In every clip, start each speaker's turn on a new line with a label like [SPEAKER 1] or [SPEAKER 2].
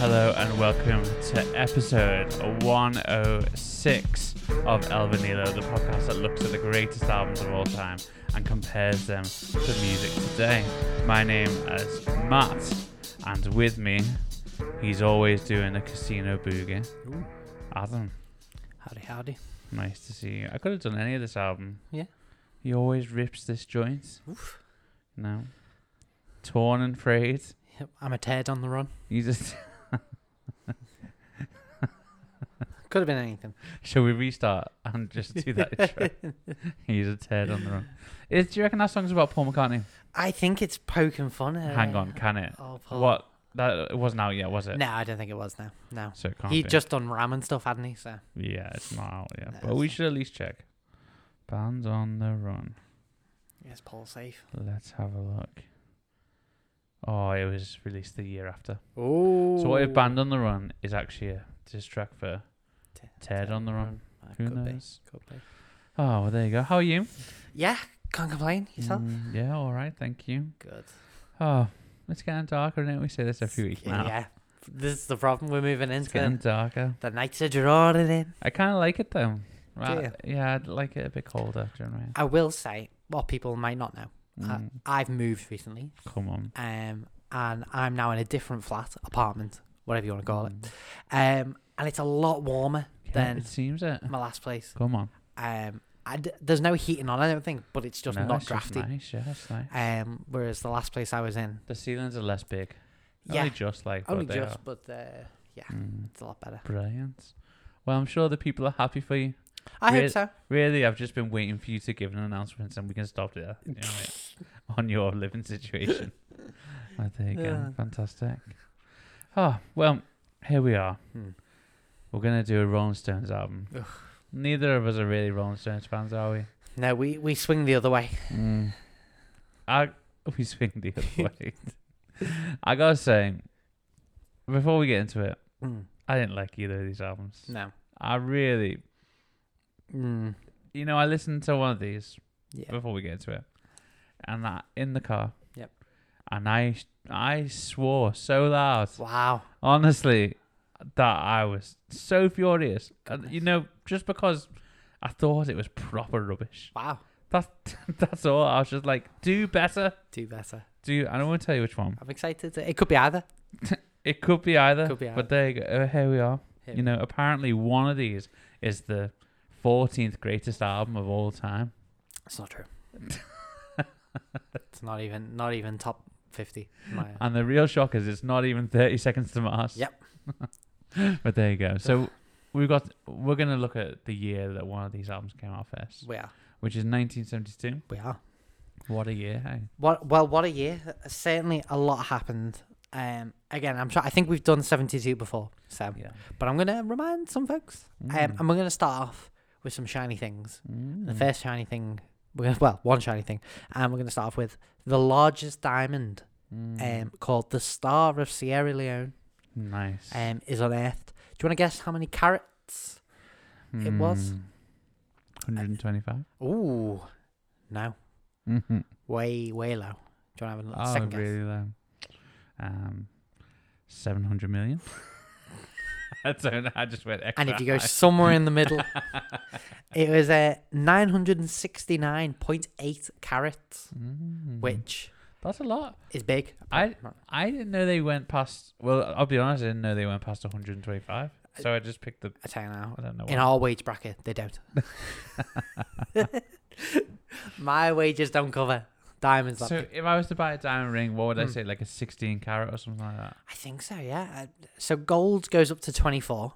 [SPEAKER 1] Hello and welcome to episode 106 of El Vanilo, the podcast that looks at the greatest albums of all time and compares them to music today. My name is Matt, and with me, he's always doing a casino boogie.
[SPEAKER 2] Ooh.
[SPEAKER 1] Adam,
[SPEAKER 2] Howdy, howdy.
[SPEAKER 1] nice to see you. I could have done any of this album.
[SPEAKER 2] Yeah.
[SPEAKER 1] He always rips this joint.
[SPEAKER 2] Oof.
[SPEAKER 1] No. Torn and frayed.
[SPEAKER 2] Yep, I'm a Ted on the run.
[SPEAKER 1] You just.
[SPEAKER 2] Could have been anything.
[SPEAKER 1] Shall we restart and just do that intro? He's a Ted on the run. Is, do you reckon that song's about Paul McCartney?
[SPEAKER 2] I think it's poking fun at
[SPEAKER 1] Hang on, can it?
[SPEAKER 2] Uh, Oh, Paul.
[SPEAKER 1] What? That it wasn't out yet, was it?
[SPEAKER 2] No, I don't think it was. No, no.
[SPEAKER 1] So it can't
[SPEAKER 2] He'd
[SPEAKER 1] be.
[SPEAKER 2] just done ram and stuff, hadn't he? So
[SPEAKER 1] Yeah, it's not out yet.
[SPEAKER 2] No,
[SPEAKER 1] but we
[SPEAKER 2] it's not.
[SPEAKER 1] should at least check. Bands on the run.
[SPEAKER 2] yes, Paul's safe.
[SPEAKER 1] Let's have a look. Oh, it was released the year after.
[SPEAKER 2] Oh.
[SPEAKER 1] So what if Band on the Run is actually a diss track for
[SPEAKER 2] T-
[SPEAKER 1] Ted on the Run?
[SPEAKER 2] Ah,
[SPEAKER 1] Who
[SPEAKER 2] could
[SPEAKER 1] knows?
[SPEAKER 2] Be. Could be.
[SPEAKER 1] Oh, well, there you go. How are you?
[SPEAKER 2] Yeah, can't complain. Yourself?
[SPEAKER 1] Mm, yeah, all right. Thank you.
[SPEAKER 2] Good.
[SPEAKER 1] Oh, it's getting darker, isn't it? We say this every week now.
[SPEAKER 2] Yeah. This is the problem. We're moving
[SPEAKER 1] It's
[SPEAKER 2] into
[SPEAKER 1] getting darker.
[SPEAKER 2] the nights are drawing in.
[SPEAKER 1] I kind of like it though.
[SPEAKER 2] ya?
[SPEAKER 1] Right. Yeah, I'd like it a bit colder. Do you know
[SPEAKER 2] I will say, what people might not know, uh,
[SPEAKER 1] what I mean? Mm,
[SPEAKER 2] I've moved recently,
[SPEAKER 1] come on.
[SPEAKER 2] um, and I'm now in a different flat, apartment, whatever you want to call it.
[SPEAKER 1] Mm.
[SPEAKER 2] Um, and it's a lot warmer
[SPEAKER 1] Yeah,
[SPEAKER 2] then-
[SPEAKER 1] it seems it.
[SPEAKER 2] my last place.
[SPEAKER 1] Come on.
[SPEAKER 2] Um, I d- there's no heating on, I don't think, but it's just
[SPEAKER 1] No,
[SPEAKER 2] not
[SPEAKER 1] it's
[SPEAKER 2] drafty.
[SPEAKER 1] nice. Yeah, it's nice.
[SPEAKER 2] um, whereas the last place I was in,
[SPEAKER 1] The ceilings are less big.
[SPEAKER 2] yeah,
[SPEAKER 1] Only just like what
[SPEAKER 2] only
[SPEAKER 1] they
[SPEAKER 2] just,
[SPEAKER 1] are.
[SPEAKER 2] but uh, yeah,
[SPEAKER 1] Mm,
[SPEAKER 2] it's a lot better.
[SPEAKER 1] brilliant. Well, I'm sure the people are happy for you.
[SPEAKER 2] I
[SPEAKER 1] Really-
[SPEAKER 2] hope so.
[SPEAKER 1] Really, I've just been waiting for you to give an announcement, and we can stop there. You know, like, on your living situation. oh, there you go.
[SPEAKER 2] Yeah.
[SPEAKER 1] Fantastic. Oh well, here we are.
[SPEAKER 2] Hmm.
[SPEAKER 1] We're gonna do a Rolling Stones album.
[SPEAKER 2] Ugh.
[SPEAKER 1] Neither of us are really Rolling Stones fans, are we?
[SPEAKER 2] No, we, we swing the other way.
[SPEAKER 1] I we swing the other way. I gotta say, before we get into it,
[SPEAKER 2] Mm,
[SPEAKER 1] I didn't like either of these albums.
[SPEAKER 2] no.
[SPEAKER 1] I really, Hmm.
[SPEAKER 2] Mm,
[SPEAKER 1] you know, I listened to one of these
[SPEAKER 2] yeah.
[SPEAKER 1] before we get into it, and that in the car.
[SPEAKER 2] Yep.
[SPEAKER 1] And I I swore so loud,
[SPEAKER 2] Wow.
[SPEAKER 1] honestly, that I was so furious. And,
[SPEAKER 2] Goodness.
[SPEAKER 1] you know, just because I thought it was proper rubbish.
[SPEAKER 2] Wow.
[SPEAKER 1] That that's all. I was just like, do better.
[SPEAKER 2] Do better.
[SPEAKER 1] Do I don't want to tell you which one.
[SPEAKER 2] I'm excited. It could be either.
[SPEAKER 1] It could be either.
[SPEAKER 2] Could be either.
[SPEAKER 1] But there you go. Uh, here we are.
[SPEAKER 2] Here
[SPEAKER 1] You know, apparently one of these is the 14th greatest album of all time.
[SPEAKER 2] It's not true. it's not even not even top fifty. in my-
[SPEAKER 1] And the real shock is it's not even 30 seconds to Mars.
[SPEAKER 2] Yep.
[SPEAKER 1] but there you go. So we've got we're going to look at the year that one of these albums came out first,
[SPEAKER 2] we are.
[SPEAKER 1] which is 1972.
[SPEAKER 2] We are.
[SPEAKER 1] What a year. Hey.
[SPEAKER 2] What? Well, what a year! Certainly, a lot happened. Um, again, I'm sure. I think we've done 72 before. So,
[SPEAKER 1] Yeah.
[SPEAKER 2] but I'm gonna remind some folks, um,
[SPEAKER 1] Mm.
[SPEAKER 2] and we're gonna start off with some shiny things. The
[SPEAKER 1] Mm.
[SPEAKER 2] first shiny thing, we're gonna well, one shiny thing, and we're gonna start off with the largest diamond,
[SPEAKER 1] Mm.
[SPEAKER 2] um, called the Star of Sierra Leone,
[SPEAKER 1] nice.
[SPEAKER 2] um, is unearthed. Do you want to guess how many carats? it was-
[SPEAKER 1] Mm. 125.
[SPEAKER 2] Ooh, no,
[SPEAKER 1] Mm-hmm.
[SPEAKER 2] way way low. Do you want to have a
[SPEAKER 1] Oh,
[SPEAKER 2] second guess?
[SPEAKER 1] really low. Um, seven hundred million. I don't. know, I just went extra.
[SPEAKER 2] And if you go
[SPEAKER 1] high.
[SPEAKER 2] somewhere in the middle, it was a 969.8 carats,
[SPEAKER 1] Mm,
[SPEAKER 2] which
[SPEAKER 1] that's a lot.
[SPEAKER 2] is big.
[SPEAKER 1] I I didn't know they went past. Well, I'll be honest. I didn't know they went past one hundred and twenty-five. So I just picked the.
[SPEAKER 2] I tell you now,
[SPEAKER 1] I don't know.
[SPEAKER 2] in
[SPEAKER 1] What.
[SPEAKER 2] our wage bracket, they don't. My wages don't cover diamonds. That
[SPEAKER 1] So
[SPEAKER 2] big.
[SPEAKER 1] if I was to buy a diamond ring, what would I
[SPEAKER 2] Hmm.
[SPEAKER 1] say? Like a sixteen carat or something like that.
[SPEAKER 2] I think so, yeah. Uh, So gold goes up to 24.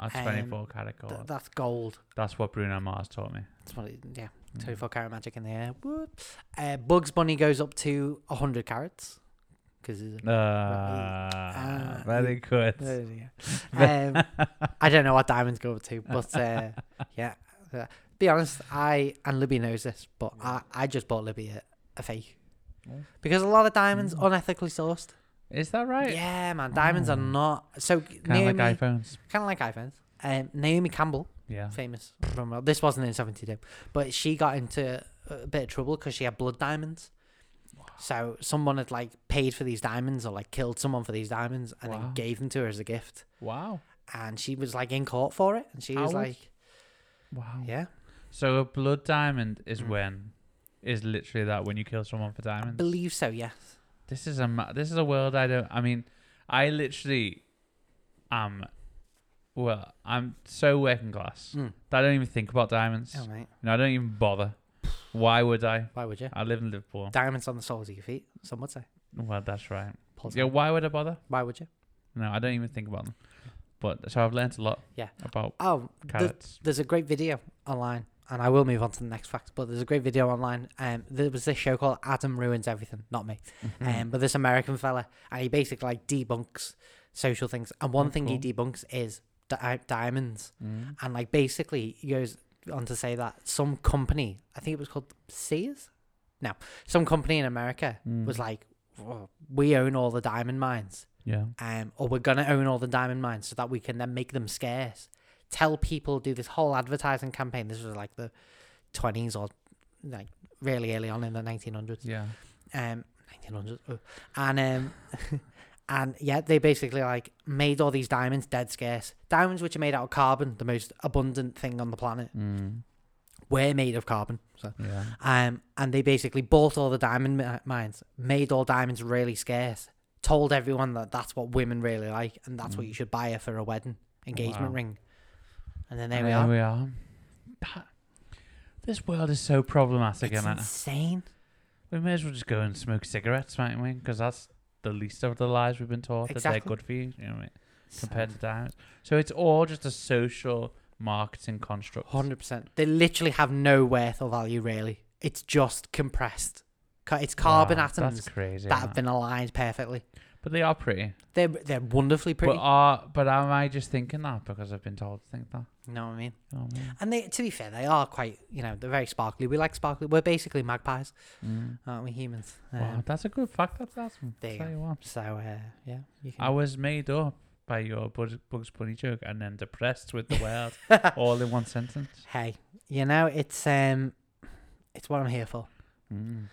[SPEAKER 1] Or
[SPEAKER 2] Um,
[SPEAKER 1] twenty-four carat gold.
[SPEAKER 2] Th- that's gold.
[SPEAKER 1] That's what Bruno Mars taught me. Hmm.
[SPEAKER 2] That's what it, yeah, 24 carat magic in the air. Whoop. Uh, Bugs Bunny goes up to 100 carats. Because he's a
[SPEAKER 1] Uh,
[SPEAKER 2] Ah,
[SPEAKER 1] very good.
[SPEAKER 2] There you go. um, I don't know what diamonds go up to, but uh, yeah. Uh, be honest, I and Libby knows this, but I, I just bought Libby a, a fake
[SPEAKER 1] Yeah.
[SPEAKER 2] because a lot of diamonds
[SPEAKER 1] Mm.
[SPEAKER 2] unethically sourced.
[SPEAKER 1] Is that right?
[SPEAKER 2] Yeah, man, diamonds are
[SPEAKER 1] Mm.
[SPEAKER 2] not so.
[SPEAKER 1] Kind of
[SPEAKER 2] Naomi,
[SPEAKER 1] like iPhones.
[SPEAKER 2] kind of like iPhones. Um, Naomi Campbell,
[SPEAKER 1] Yeah.
[SPEAKER 2] famous from well, this wasn't in '72, but she got into a bit of trouble because she had blood diamonds. So someone had like paid for these diamonds or like killed someone for these diamonds and
[SPEAKER 1] Wow.
[SPEAKER 2] then gave them to her as a gift.
[SPEAKER 1] Wow.
[SPEAKER 2] And she was like in court for it. And she
[SPEAKER 1] How
[SPEAKER 2] was
[SPEAKER 1] old?
[SPEAKER 2] like,
[SPEAKER 1] Wow.
[SPEAKER 2] yeah. Hmm.
[SPEAKER 1] So a blood diamond is when is literally that when you kill someone for
[SPEAKER 2] I
[SPEAKER 1] diamonds.
[SPEAKER 2] believe so, yes.
[SPEAKER 1] This is a ma- this is a world I don't. I mean, I literally am. Well, I'm so working class
[SPEAKER 2] Mm.
[SPEAKER 1] that I don't even think about diamonds.
[SPEAKER 2] Oh, mate.
[SPEAKER 1] No, I don't even bother. Why would I?
[SPEAKER 2] Why would you?
[SPEAKER 1] I live in Liverpool.
[SPEAKER 2] Diamonds on the soles of your feet, some would say.
[SPEAKER 1] Well, that's right.
[SPEAKER 2] Positive.
[SPEAKER 1] Yeah, why would I bother?
[SPEAKER 2] Why would you?
[SPEAKER 1] No, I don't even think about them. But so I've learnt a lot.
[SPEAKER 2] Yeah.
[SPEAKER 1] About
[SPEAKER 2] Oh, the,
[SPEAKER 1] carrots.
[SPEAKER 2] there's a great video online, and I will move on to the next fact. But there's a great video online. Um, there was this show called Adam Ruins Everything, not me.
[SPEAKER 1] Mm-hmm.
[SPEAKER 2] Um, but this American fella, and he basically like debunks social things. And one
[SPEAKER 1] Oh,
[SPEAKER 2] thing
[SPEAKER 1] cool.
[SPEAKER 2] he debunks is di- diamonds.
[SPEAKER 1] Mm.
[SPEAKER 2] And like basically, he goes on to say that some company, I think it was called Sears, no, some company in America
[SPEAKER 1] Mm.
[SPEAKER 2] was like, "Oh, we own all the diamond mines
[SPEAKER 1] yeah.
[SPEAKER 2] um, or we're gonna own all the diamond mines so that we can then make them scarce. Tell people do this whole advertising campaign. This was like the twenties or like really early on in the nineteen hundreds.
[SPEAKER 1] Yeah.
[SPEAKER 2] Um, nineteen hundreds, oh. and um, and yeah, they basically like made all these diamonds dead scarce. Diamonds which are made out of carbon, the most abundant thing on the planet,
[SPEAKER 1] Mm.
[SPEAKER 2] were made of carbon. So
[SPEAKER 1] Yeah.
[SPEAKER 2] um, and they basically bought all the diamond mi- mines, made all diamonds really scarce, told everyone that that's what women really like and that's what you should buy her for a wedding engagement
[SPEAKER 1] Mm. Wow.
[SPEAKER 2] ring. And then there
[SPEAKER 1] And
[SPEAKER 2] we are.
[SPEAKER 1] we are. That, this world is so problematic,
[SPEAKER 2] It's
[SPEAKER 1] isn't it?
[SPEAKER 2] insane.
[SPEAKER 1] We may as well just go and smoke cigarettes, mightn't we? Because that's the least of the lies we've been taught that
[SPEAKER 2] Exactly.
[SPEAKER 1] they're good for you, you know what I mean? Compared to diamonds. So it's all just a social marketing construct.
[SPEAKER 2] Hundred percent. They literally have no worth or value really. It's just compressed. Ca- It's carbon
[SPEAKER 1] Wow, That's
[SPEAKER 2] atoms
[SPEAKER 1] crazy.
[SPEAKER 2] that
[SPEAKER 1] isn't
[SPEAKER 2] have
[SPEAKER 1] it?
[SPEAKER 2] been aligned perfectly.
[SPEAKER 1] But they are pretty.
[SPEAKER 2] They're they're wonderfully pretty.
[SPEAKER 1] But are but am I just thinking that because I've been told to think that?
[SPEAKER 2] you know what I mean?
[SPEAKER 1] You know what I mean?
[SPEAKER 2] And they, to be fair, they are quite. You know, they're very sparkly. We like sparkly. We're basically magpies,
[SPEAKER 1] Mm.
[SPEAKER 2] aren't we humans?
[SPEAKER 1] wow,
[SPEAKER 2] Um,
[SPEAKER 1] that's a good fact. That's awesome.
[SPEAKER 2] there you
[SPEAKER 1] Tell
[SPEAKER 2] go.
[SPEAKER 1] you what.
[SPEAKER 2] So uh, yeah, you
[SPEAKER 1] I
[SPEAKER 2] can.
[SPEAKER 1] was made up by your Bugs Bugs Bunny joke and then depressed with the world all in one sentence.
[SPEAKER 2] hey, you know it's um, it's what I'm here for.
[SPEAKER 1] Mm.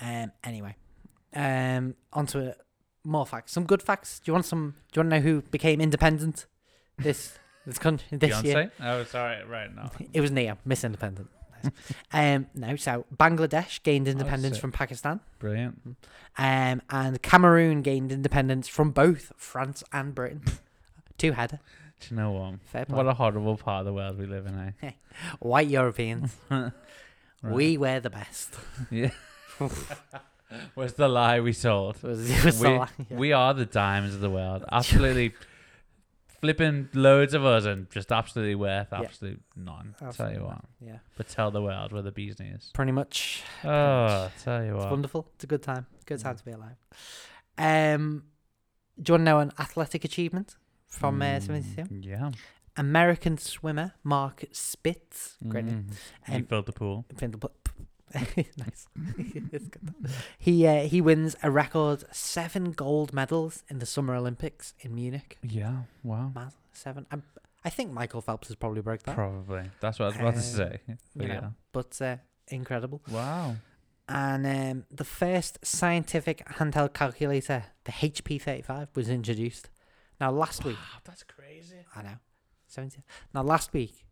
[SPEAKER 2] Um, anyway, um, onto a, more facts. Some good facts. Do you want some? Do you want to know who became independent this this country this
[SPEAKER 1] Beyonce?
[SPEAKER 2] year?
[SPEAKER 1] Oh, sorry. Right now.
[SPEAKER 2] It was Neo, Miss Independent. Nice. um, no, so Bangladesh gained
[SPEAKER 1] Oh,
[SPEAKER 2] independence
[SPEAKER 1] sick.
[SPEAKER 2] from Pakistan,
[SPEAKER 1] Brilliant.
[SPEAKER 2] um, and Cameroon gained independence from both France and Britain. Two header,
[SPEAKER 1] Do you know what?
[SPEAKER 2] fair play.
[SPEAKER 1] What a horrible part of the world we live in, eh?
[SPEAKER 2] White Europeans, we were the best.
[SPEAKER 1] Yeah. Was the lie we sold?
[SPEAKER 2] It was, it was
[SPEAKER 1] We-
[SPEAKER 2] the la- yeah.
[SPEAKER 1] We are the diamonds of the world. Absolutely flipping loads of us and just absolutely worth
[SPEAKER 2] Yeah.
[SPEAKER 1] absolute none. Tell
[SPEAKER 2] Absolutely
[SPEAKER 1] you what.
[SPEAKER 2] none. Yeah,
[SPEAKER 1] But tell the world where the bees is.
[SPEAKER 2] pretty much.
[SPEAKER 1] Oh, tell you
[SPEAKER 2] It's
[SPEAKER 1] what.
[SPEAKER 2] wonderful. It's a good time. Good time
[SPEAKER 1] Mm.
[SPEAKER 2] to be alive. Um, do you want to know an athletic achievement from uh,
[SPEAKER 1] Mm,
[SPEAKER 2] 72?
[SPEAKER 1] Yeah.
[SPEAKER 2] American swimmer Mark Spitz. Great name.
[SPEAKER 1] Mm. He
[SPEAKER 2] Um,
[SPEAKER 1] filled the pool.
[SPEAKER 2] nice. It's good. He uh, he wins a record seven gold medals in the Summer Olympics in Munich.
[SPEAKER 1] Yeah. Wow.
[SPEAKER 2] Mad. Seven. i I think Michael Phelps has probably broke that,
[SPEAKER 1] Probably. That's what I was about
[SPEAKER 2] Uh,
[SPEAKER 1] to say. But
[SPEAKER 2] know. but uh, incredible.
[SPEAKER 1] yeah. Wow.
[SPEAKER 2] And um, the first scientific handheld calculator, the HP35, was introduced. Now, last week,
[SPEAKER 1] that's crazy.
[SPEAKER 2] I know, 70. Now, last week,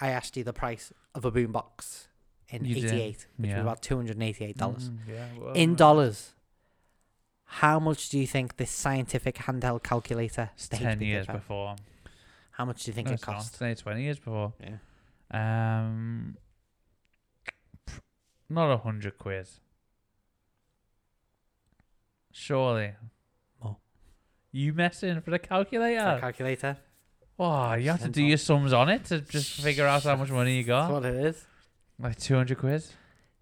[SPEAKER 2] I asked you the price of a boombox in
[SPEAKER 1] You did,
[SPEAKER 2] 88, which
[SPEAKER 1] yeah.
[SPEAKER 2] was about $288.
[SPEAKER 1] Mm, yeah, well,
[SPEAKER 2] In
[SPEAKER 1] well.
[SPEAKER 2] dollars, how much do you think this scientific handheld calculator,
[SPEAKER 1] It's
[SPEAKER 2] the
[SPEAKER 1] ten years
[SPEAKER 2] HP35,
[SPEAKER 1] before.
[SPEAKER 2] how much do you think
[SPEAKER 1] No,
[SPEAKER 2] it
[SPEAKER 1] it's not.
[SPEAKER 2] cost?
[SPEAKER 1] It's only twenty years before.
[SPEAKER 2] Yeah.
[SPEAKER 1] Um, not a hundred quid. Surely.
[SPEAKER 2] More.
[SPEAKER 1] You messing for the
[SPEAKER 2] For a
[SPEAKER 1] calculator?
[SPEAKER 2] calculator?
[SPEAKER 1] Oh, you have to
[SPEAKER 2] Ten
[SPEAKER 1] do your sums on it to just figure out how much money you
[SPEAKER 2] That's
[SPEAKER 1] got.
[SPEAKER 2] what it is.
[SPEAKER 1] Like two hundred quid.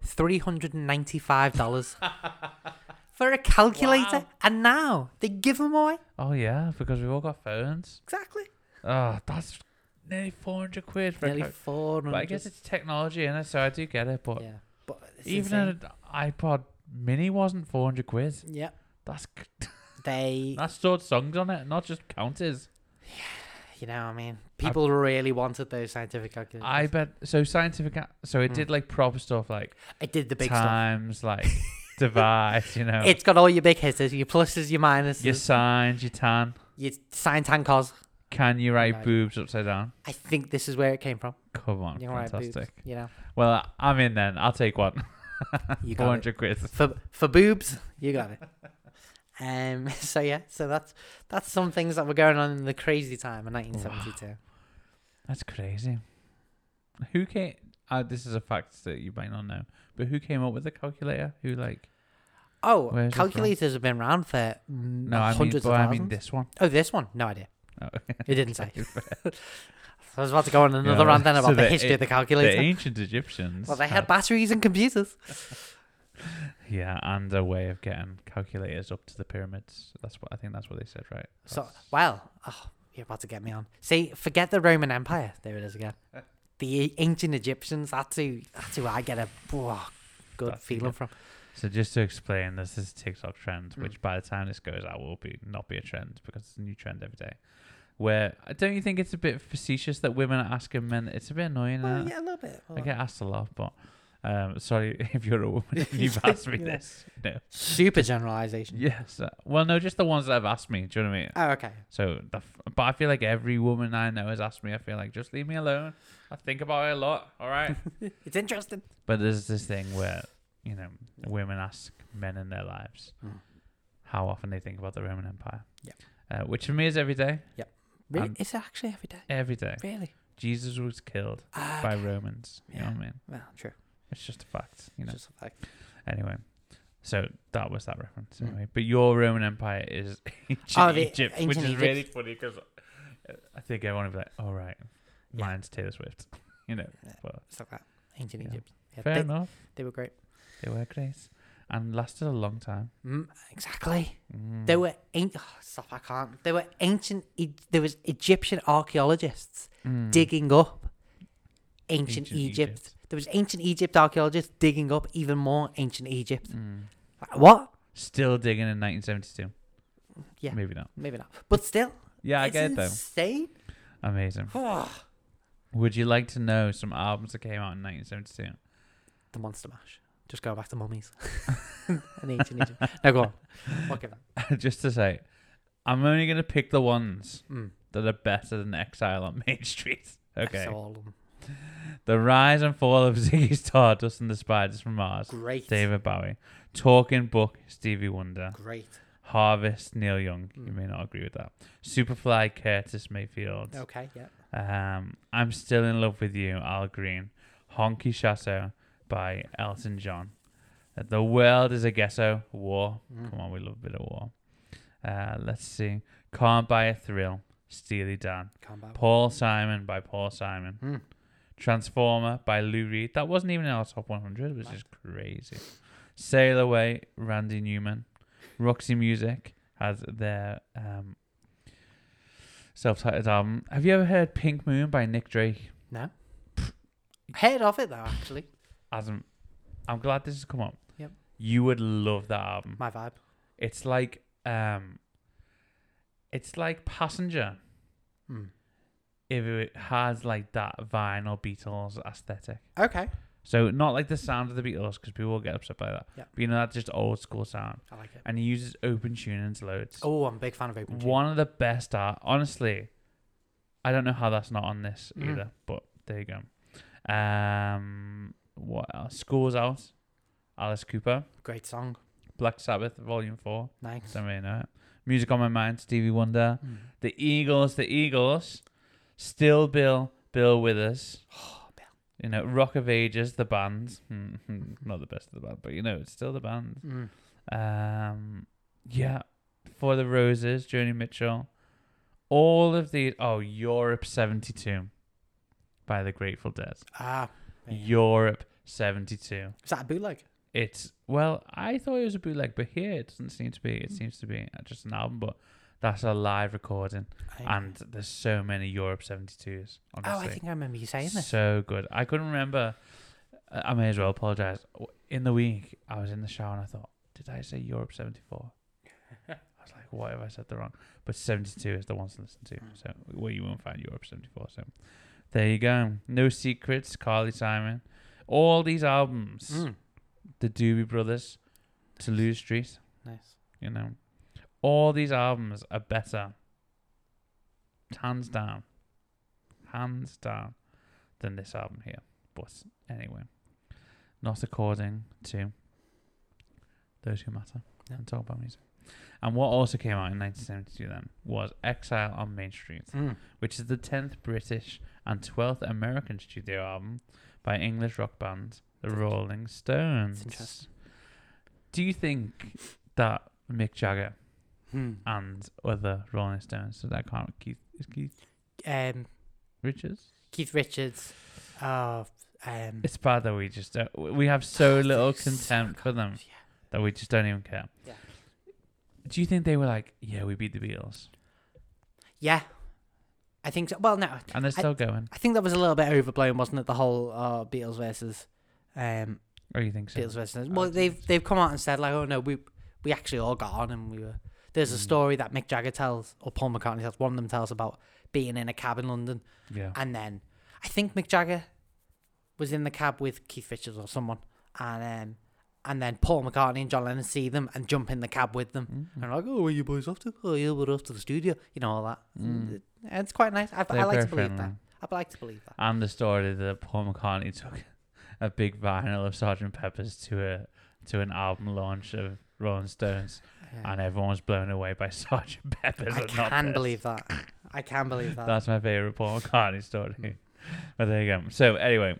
[SPEAKER 2] $395. for a calculator,
[SPEAKER 1] Wow.
[SPEAKER 2] and now they give them away.
[SPEAKER 1] Oh yeah, because we've all got phones.
[SPEAKER 2] Exactly.
[SPEAKER 1] Oh, that's nearly four hundred quid for. a
[SPEAKER 2] Nearly
[SPEAKER 1] cal-
[SPEAKER 2] four hundred.
[SPEAKER 1] but I guess it's technology, and so I do get it. But
[SPEAKER 2] yeah, but it's
[SPEAKER 1] even
[SPEAKER 2] insane.
[SPEAKER 1] an iPod Mini wasn't four hundred quid.
[SPEAKER 2] yeah,
[SPEAKER 1] That's c-
[SPEAKER 2] they
[SPEAKER 1] That stored songs on it, not just counters.
[SPEAKER 2] you know what I mean people really wanted those scientific calculators.
[SPEAKER 1] I bet. So scientific. a- So it
[SPEAKER 2] Mm.
[SPEAKER 1] did like proper stuff like
[SPEAKER 2] I did the big stuff.
[SPEAKER 1] times, like divide, you know.
[SPEAKER 2] It's got all your big hitters, your pluses, your minuses,
[SPEAKER 1] your signs, your tan.
[SPEAKER 2] your sign tan cos.
[SPEAKER 1] Can you write
[SPEAKER 2] Right.
[SPEAKER 1] boobs upside down?
[SPEAKER 2] I think this is where it came from.
[SPEAKER 1] Come on,
[SPEAKER 2] You know, right, boobs,
[SPEAKER 1] fantastic.
[SPEAKER 2] you know,
[SPEAKER 1] Well, I'm in then. I'll take one.
[SPEAKER 2] you
[SPEAKER 1] Four
[SPEAKER 2] got it.
[SPEAKER 1] hundred quid.
[SPEAKER 2] for for boobs. You got it. Um. So yeah. So that's that's some things that were going on in the crazy time of 1972.
[SPEAKER 1] That's crazy. Who came? Uh, this is a fact that you might not know, but who came up with the calculator? Who like?
[SPEAKER 2] Oh,
[SPEAKER 1] Where's it from?
[SPEAKER 2] calculators have been around for mm,
[SPEAKER 1] No, I mean,
[SPEAKER 2] hundreds
[SPEAKER 1] but
[SPEAKER 2] of
[SPEAKER 1] I
[SPEAKER 2] thousands.
[SPEAKER 1] mean this one.
[SPEAKER 2] oh, this one? No idea.
[SPEAKER 1] Oh.
[SPEAKER 2] It didn't say. I was about to go on another
[SPEAKER 1] Yeah,
[SPEAKER 2] rant then
[SPEAKER 1] so
[SPEAKER 2] about the
[SPEAKER 1] the-
[SPEAKER 2] history of the
[SPEAKER 1] the
[SPEAKER 2] calculator.
[SPEAKER 1] ancient Egyptians.
[SPEAKER 2] well, they had batteries and computers.
[SPEAKER 1] yeah, and a way of getting calculators up to the pyramids. That's what I think. That's what they said, right?
[SPEAKER 2] So,
[SPEAKER 1] That's-
[SPEAKER 2] well, oh, you're about to get me on. See, forget the Roman Empire. There it is again. The ancient Egyptians. That's who. That's who I get a oh, good
[SPEAKER 1] That's who you
[SPEAKER 2] feeling
[SPEAKER 1] get.
[SPEAKER 2] from.
[SPEAKER 1] So just to explain, there's this TikTok trend,
[SPEAKER 2] Mm.
[SPEAKER 1] which by the time this goes out will be not be a trend because it's a new trend every day. Where uh, don't you think it's a bit facetious that women are asking men? It's a bit annoying.
[SPEAKER 2] Well,
[SPEAKER 1] isn't it?
[SPEAKER 2] yeah, a little bit.
[SPEAKER 1] I
[SPEAKER 2] Well,
[SPEAKER 1] get asked a lot, but um, sorry if you're a woman and you've asked me
[SPEAKER 2] Yeah.
[SPEAKER 1] this. No.
[SPEAKER 2] Super generalization.
[SPEAKER 1] Yes. uh, Well, no, just the ones that have asked me. Do you know what I mean?
[SPEAKER 2] Oh, okay.
[SPEAKER 1] So, the f- but I feel like every woman I know has asked me. I feel like just leave me alone. I think about it a lot. All right.
[SPEAKER 2] It's interesting.
[SPEAKER 1] But there's this thing where, you know, women ask men in their lives
[SPEAKER 2] Mm.
[SPEAKER 1] how often they think about the Roman Empire.
[SPEAKER 2] Yep.
[SPEAKER 1] Uh, which for me is every day.
[SPEAKER 2] Really?
[SPEAKER 1] Um,
[SPEAKER 2] it's actually every day.
[SPEAKER 1] Every day.
[SPEAKER 2] Really?
[SPEAKER 1] Jesus was killed
[SPEAKER 2] Ah,
[SPEAKER 1] by
[SPEAKER 2] okay.
[SPEAKER 1] Romans. You know
[SPEAKER 2] Yeah.
[SPEAKER 1] what I mean?
[SPEAKER 2] Well, true.
[SPEAKER 1] It's just a fact. You know.
[SPEAKER 2] Just like
[SPEAKER 1] anyway, so that was that reference.
[SPEAKER 2] Mm.
[SPEAKER 1] Anyway, but your Roman Empire is ancient
[SPEAKER 2] Oh, the
[SPEAKER 1] Egypt, which
[SPEAKER 2] ancient
[SPEAKER 1] is
[SPEAKER 2] Egypt.
[SPEAKER 1] really funny because I think everyone would be like, "All right,
[SPEAKER 2] Yeah.
[SPEAKER 1] mine's Taylor Swift." you know,
[SPEAKER 2] Yeah.
[SPEAKER 1] well,
[SPEAKER 2] stuff like that. Ancient
[SPEAKER 1] Yeah.
[SPEAKER 2] Egypt. Yeah,
[SPEAKER 1] fair
[SPEAKER 2] they,
[SPEAKER 1] enough.
[SPEAKER 2] they were great.
[SPEAKER 1] They were great and lasted a long time.
[SPEAKER 2] Mm, exactly.
[SPEAKER 1] Mm.
[SPEAKER 2] There were ancient. Oh, stop! I can't. There were ancient. E- there was Egyptian archaeologists
[SPEAKER 1] Mm.
[SPEAKER 2] digging up ancient,
[SPEAKER 1] Ancient
[SPEAKER 2] Egypt. There was ancient Egypt archaeologists digging up even more ancient Egypt.
[SPEAKER 1] Mm.
[SPEAKER 2] Like, what?
[SPEAKER 1] Still digging in 1972.
[SPEAKER 2] Yeah.
[SPEAKER 1] maybe not.
[SPEAKER 2] Maybe not. But still,
[SPEAKER 1] Yeah, I
[SPEAKER 2] it's
[SPEAKER 1] get it though.
[SPEAKER 2] insane.
[SPEAKER 1] Amazing.
[SPEAKER 2] Oh,
[SPEAKER 1] Would you like to know some albums that came out in 1972?
[SPEAKER 2] the monster mash. Just go back to mummies and ancient Egypt. No, go on. Look at that.
[SPEAKER 1] Just to say, I'm only gonna pick the ones
[SPEAKER 2] Mm.
[SPEAKER 1] that are better than Exile on Main Street. Okay.
[SPEAKER 2] So all of them.
[SPEAKER 1] The Rise and Fall of Ziggy Stardust and the Spiders from Mars.
[SPEAKER 2] Great.
[SPEAKER 1] David Bowie. Talking Book, Stevie Wonder.
[SPEAKER 2] Great.
[SPEAKER 1] Harvest, Neil Young. You
[SPEAKER 2] Mm.
[SPEAKER 1] may not agree with that. Superfly, Curtis Mayfield.
[SPEAKER 2] Okay. Yeah.
[SPEAKER 1] Um, I'm Still in Love with You, Al Green. Honky Chateau by Elton John. Uh, The World is a Ghetto, War.
[SPEAKER 2] Mm.
[SPEAKER 1] Come on, we love a bit of war. Uh, let's see. Can't Buy a Thrill, Steely Dan.
[SPEAKER 2] Combat.
[SPEAKER 1] Paul Simon by Paul Simon.
[SPEAKER 2] Mm.
[SPEAKER 1] Transformer by Lou Reed. That wasn't even in our top 100, which is crazy. Sail Away, Randy Newman. Roxy Music has their um, self titled album. Have you ever heard Pink Moon by Nick Drake?
[SPEAKER 2] No. Heard of it though, actually.
[SPEAKER 1] Adam, I'm glad this has come up.
[SPEAKER 2] Yep.
[SPEAKER 1] You would love that album.
[SPEAKER 2] My vibe.
[SPEAKER 1] It's like um, it's like Passenger
[SPEAKER 2] Mm.
[SPEAKER 1] if it has like that vinyl Beatles aesthetic.
[SPEAKER 2] Okay.
[SPEAKER 1] So not like the sound of the Beatles because people will get upset by that.
[SPEAKER 2] Yeah.
[SPEAKER 1] But you know that just old school sound,
[SPEAKER 2] I like it.
[SPEAKER 1] and he uses open tunings loads.
[SPEAKER 2] Oh, I'm a big fan of open tune.
[SPEAKER 1] One of the best art, honestly. I don't know how that's not on this
[SPEAKER 2] Mm.
[SPEAKER 1] either, but there you go. Um, what else? Schools out, Alice Cooper,
[SPEAKER 2] Great song.
[SPEAKER 1] Black Sabbath, Volume Four.
[SPEAKER 2] Nice.
[SPEAKER 1] Some may know it. Music on my mind, Stevie Wonder,
[SPEAKER 2] Mm.
[SPEAKER 1] the Eagles, the Eagles, Still Bill, Bill Withers.
[SPEAKER 2] Oh, Bill.
[SPEAKER 1] You know, Rock of Ages, the band. Hmm, Not the best of the band, but you know, it's still the band.
[SPEAKER 2] Mm.
[SPEAKER 1] Um, yeah. For the Roses, Joni Mitchell. All of these. Oh, Europe 72 by the Grateful Dead.
[SPEAKER 2] Ah. man.
[SPEAKER 1] Europe 72.
[SPEAKER 2] Is that a bootleg?
[SPEAKER 1] It's, well, I thought it was a bootleg, but here it doesn't seem to be.
[SPEAKER 2] Hmm.
[SPEAKER 1] It seems to be just an album, but that's a live recording.
[SPEAKER 2] I-
[SPEAKER 1] And there's so many Europe 72s. Honestly.
[SPEAKER 2] oh, I think I remember you saying this.
[SPEAKER 1] So good. I couldn't remember. I I may as well apologize. In the week, I was in the shower and I thought, did I say Europe 74? I was like, what if I said the wrong? But 72 is the ones to listen to.
[SPEAKER 2] Mm.
[SPEAKER 1] So, well, you won't find Europe 74. So, there you go. No Secrets, Carly Simon. All these albums,
[SPEAKER 2] Mm.
[SPEAKER 1] the Doobie Brothers, Toulouse Street,
[SPEAKER 2] Nice.
[SPEAKER 1] you know. All these albums are better, hands down, hands down, than this album here. But anyway, not according to those who matter
[SPEAKER 2] Yeah.
[SPEAKER 1] and talk about music. And what also came out in 1972 then was Exile on Main Street,
[SPEAKER 2] Mm.
[SPEAKER 1] which is the 10th British and 12th American studio album by English rock band The
[SPEAKER 2] That's-
[SPEAKER 1] Rolling Stones.
[SPEAKER 2] that's interesting.
[SPEAKER 1] Do you think that Mick Jagger
[SPEAKER 2] Hmm.
[SPEAKER 1] and other Rolling Stones, so that can't Keith, is Keith
[SPEAKER 2] Um,
[SPEAKER 1] Richards?
[SPEAKER 2] Keith Richards. Oh, um,
[SPEAKER 1] It's bad that we just don't, we have so little
[SPEAKER 2] so
[SPEAKER 1] contempt for them
[SPEAKER 2] yeah.
[SPEAKER 1] that we just don't even care.
[SPEAKER 2] Yeah.
[SPEAKER 1] Do you think they were like, yeah, we beat the Beatles,
[SPEAKER 2] yeah. I think so. Well, no,
[SPEAKER 1] and they're
[SPEAKER 2] I-
[SPEAKER 1] still going?
[SPEAKER 2] I think that was a little bit overblown, wasn't it? The whole uh, Beatles versus um,
[SPEAKER 1] Or Oh, you think so?
[SPEAKER 2] Beatles versus.
[SPEAKER 1] I
[SPEAKER 2] Well,
[SPEAKER 1] don't
[SPEAKER 2] they've
[SPEAKER 1] think
[SPEAKER 2] they've come out and said like, oh no, we we actually all got on and we were. There's a
[SPEAKER 1] Mm.
[SPEAKER 2] story that Mick Jagger tells or Paul McCartney tells. One of them tells about being in a cab in London,
[SPEAKER 1] Yeah.
[SPEAKER 2] and then I think Mick Jagger was in the cab with Keith Richards or someone, and um, and then Paul McCartney and John Lennon see them and jump in the cab with them.
[SPEAKER 1] Mm.
[SPEAKER 2] And like, oh, where you boys off to? Oh, yeah, we're off to the studio. You know all that.
[SPEAKER 1] Mm.
[SPEAKER 2] And it's quite nice. I, I
[SPEAKER 1] They're
[SPEAKER 2] like to
[SPEAKER 1] very
[SPEAKER 2] believe
[SPEAKER 1] friendly.
[SPEAKER 2] that. I like to believe that.
[SPEAKER 1] and the story that Paul McCartney took a big vinyl of Sergeant Pepper's to a to an album launch of Rolling Stones,
[SPEAKER 2] Yeah.
[SPEAKER 1] and everyone was blown away by Sergeant Pepper's.
[SPEAKER 2] I
[SPEAKER 1] and not
[SPEAKER 2] can
[SPEAKER 1] this.
[SPEAKER 2] believe that. I can believe that.
[SPEAKER 1] that's my favorite Paul McCartney story. but there you go. So anyway,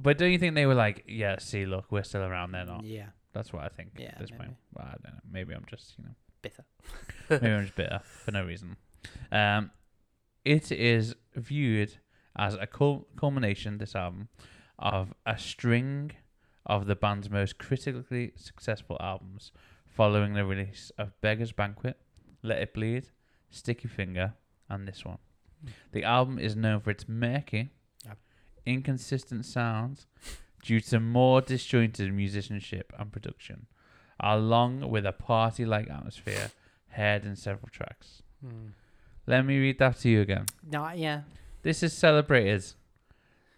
[SPEAKER 1] but don't you think they were like, yeah, see, look, we're still around, they're not.
[SPEAKER 2] Yeah,
[SPEAKER 1] That's what I think
[SPEAKER 2] Yeah,
[SPEAKER 1] at this point.
[SPEAKER 2] maybe.
[SPEAKER 1] Well, I don't know. Maybe I'm just you know.
[SPEAKER 2] bitter.
[SPEAKER 1] Maybe I'm just bitter for no reason. Um, it is viewed as a cul- culmination, this album, of a string of the band's most critically successful albums following the release of Beggar's Banquet, Let It Bleed, Sticky Finger, and this one. The album is known for its murky,
[SPEAKER 2] Hmm. Yep.
[SPEAKER 1] inconsistent sounds due to more disjointed musicianship and production, along with a party like atmosphere heard in several tracks.
[SPEAKER 2] Mm.
[SPEAKER 1] Let me read that to you again.
[SPEAKER 2] No, yeah,
[SPEAKER 1] This is celebrated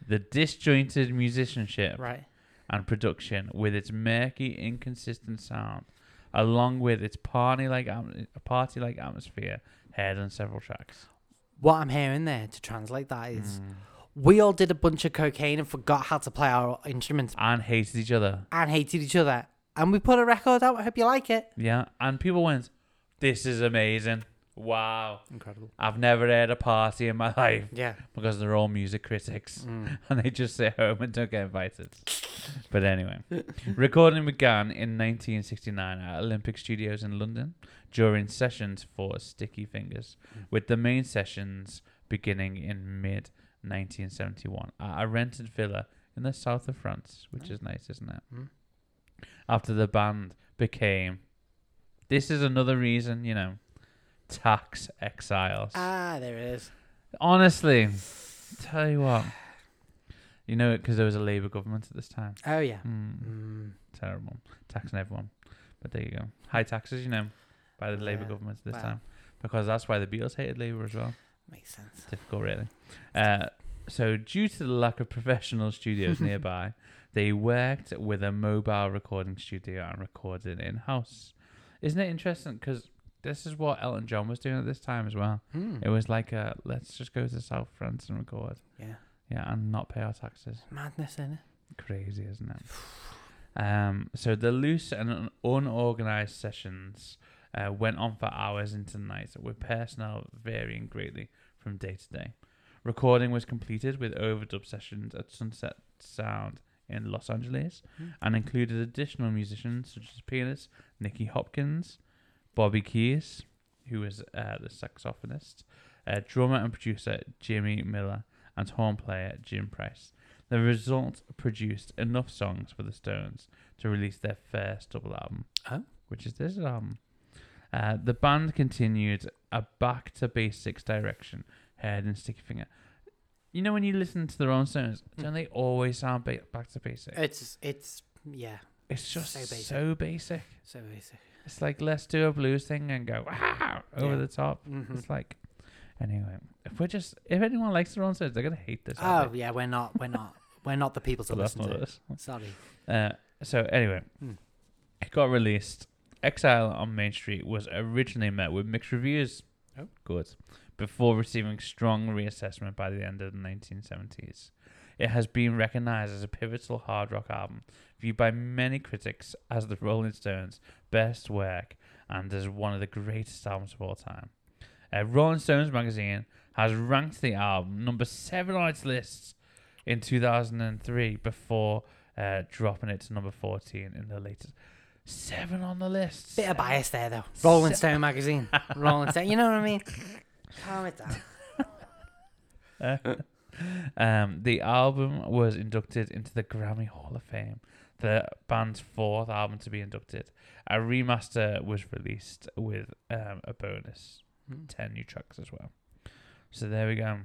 [SPEAKER 1] the disjointed musicianship
[SPEAKER 2] right.
[SPEAKER 1] and production with its murky, inconsistent sound, along with its party-like atm- party-like atmosphere heard on several tracks.
[SPEAKER 2] What I'm hearing there to translate that is
[SPEAKER 1] Hmm.
[SPEAKER 2] we all did a bunch of cocaine and forgot how to play our instruments
[SPEAKER 1] And hated each other.
[SPEAKER 2] and hated each other. And we put a record out. I hope you like it.
[SPEAKER 1] Yeah, and people went, "This is amazing! Wow,
[SPEAKER 2] Incredible.
[SPEAKER 1] I've never had a party in my life."
[SPEAKER 2] Yeah. Hmm.
[SPEAKER 1] because they're all music critics and they just sit home and don't get invited. but anyway, recording began in 1969 at Olympic Studios in London during sessions for Sticky Fingers, with the main sessions beginning in mid 1971 at a rented villa in the south of France, which is nice, isn't it?
[SPEAKER 2] Mm.
[SPEAKER 1] After the band became, this is another reason, you know, tax exiles.
[SPEAKER 2] Ah, there it is.
[SPEAKER 1] Honestly, tell you what, you know it because there was a Labour government at this time.
[SPEAKER 2] Oh yeah.
[SPEAKER 1] Mm,
[SPEAKER 2] Mm.
[SPEAKER 1] terrible, taxing everyone. But there you go, high taxes, you know, by the Labour
[SPEAKER 2] Yeah,
[SPEAKER 1] government at this
[SPEAKER 2] wow.
[SPEAKER 1] time, because that's why the Beatles hated Labour as well.
[SPEAKER 2] Makes sense.
[SPEAKER 1] Difficult, really. Uh, so, due to the lack of professional studios nearby, they worked with a mobile recording studio and recorded in house. Isn't it interesting? Because this is what Elton John was doing at this time as well.
[SPEAKER 2] Mm.
[SPEAKER 1] It was like, uh, let's just go to South France and record.
[SPEAKER 2] Yeah.
[SPEAKER 1] Yeah, and not pay our taxes.
[SPEAKER 2] Madness in it.
[SPEAKER 1] Crazy, isn't it? Um, so the loose and un- unorganized sessions uh, went on for hours into the night, with personnel varying greatly from day to day. Recording was completed with overdub sessions at Sunset Sound in Los Angeles
[SPEAKER 2] Mm.
[SPEAKER 1] and included additional musicians such as pianist Nicky Hopkins, Bobby Keys, who was uh, the saxophonist, uh, drummer and producer Jimmy Miller, and horn player Jim Price. The result produced enough songs for the Stones to release their first double album,
[SPEAKER 2] Oh.
[SPEAKER 1] which is this album. Uh, the band continued a back to basics direction, head and sticky finger. You know when you listen to the Rolling Stones,
[SPEAKER 2] Mm.
[SPEAKER 1] don't they always sound ba- back to basics?
[SPEAKER 2] It's it's yeah.
[SPEAKER 1] it's just
[SPEAKER 2] so
[SPEAKER 1] so
[SPEAKER 2] basic.
[SPEAKER 1] basic.
[SPEAKER 2] So basic.
[SPEAKER 1] It's like let's do a blues thing and go wow over
[SPEAKER 2] Yeah.
[SPEAKER 1] the top.
[SPEAKER 2] Mm-hmm.
[SPEAKER 1] It's like anyway, if we're just if anyone likes the Rolling Stones, they're gonna hate this.
[SPEAKER 2] Oh
[SPEAKER 1] aren't they?
[SPEAKER 2] yeah, we're not we're not we're not the people to
[SPEAKER 1] But that's
[SPEAKER 2] listen
[SPEAKER 1] not
[SPEAKER 2] to.
[SPEAKER 1] us.
[SPEAKER 2] Sorry.
[SPEAKER 1] Uh, so anyway,
[SPEAKER 2] Hmm.
[SPEAKER 1] It got released. Exile on Main Street was originally met with mixed reviews.
[SPEAKER 2] Oh.
[SPEAKER 1] Good. Before receiving strong reassessment by the end of the 1970s. It has been recognized as a pivotal hard rock album, viewed by many critics as the Rolling Stones' best work and as one of the greatest albums of all time. Uh, Rolling Stones magazine has ranked the album number seven on its lists in 2003 before uh, dropping it to number 14 in the latest. Seven on the list.
[SPEAKER 2] Bit of bias there, though. Rolling Stone magazine. Rolling Stone. You know what I mean? Calm it down.
[SPEAKER 1] Um, the album was inducted into the Grammy Hall of Fame, the band's fourth album to be inducted. A remaster was released with um, a bonus
[SPEAKER 2] Mm.
[SPEAKER 1] 10 new tracks as well. So there we go.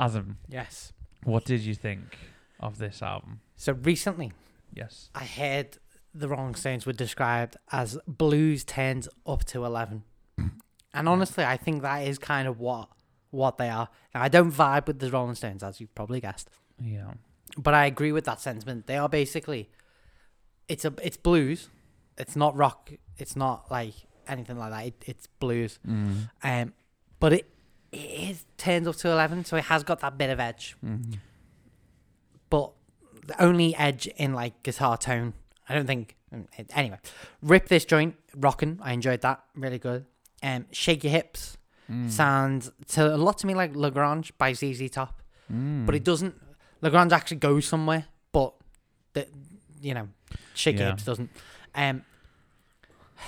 [SPEAKER 1] Adam,
[SPEAKER 2] Yes.
[SPEAKER 1] what did you think of this album?
[SPEAKER 2] So recently,
[SPEAKER 1] Yes.
[SPEAKER 2] I heard the Rolling Stones were described as blues turned up to eleven, and honestly, I think that is kind of what what they are. Now, I don't vibe with the Rolling Stones, as you've probably guessed,
[SPEAKER 1] Yeah.
[SPEAKER 2] but I agree with that sentiment. They are basically, it's a it's blues, it's not rock, it's not like anything like that. It, it's blues,
[SPEAKER 1] Mm.
[SPEAKER 2] um, but it it is turned up to eleven, so it has got that bit of edge
[SPEAKER 1] Mm.
[SPEAKER 2] but the only edge in like guitar tone. I don't think. mm, it- Anyway, rip this joint, rocking. I enjoyed that, really good. Um, shake your hips
[SPEAKER 1] Mm.
[SPEAKER 2] sounds to a lot to me like Lagrange by ZZ Top,
[SPEAKER 1] Mm.
[SPEAKER 2] but it doesn't. Lagrange actually goes somewhere, but the, you know, shake your
[SPEAKER 1] Yeah.
[SPEAKER 2] hips doesn't. Um,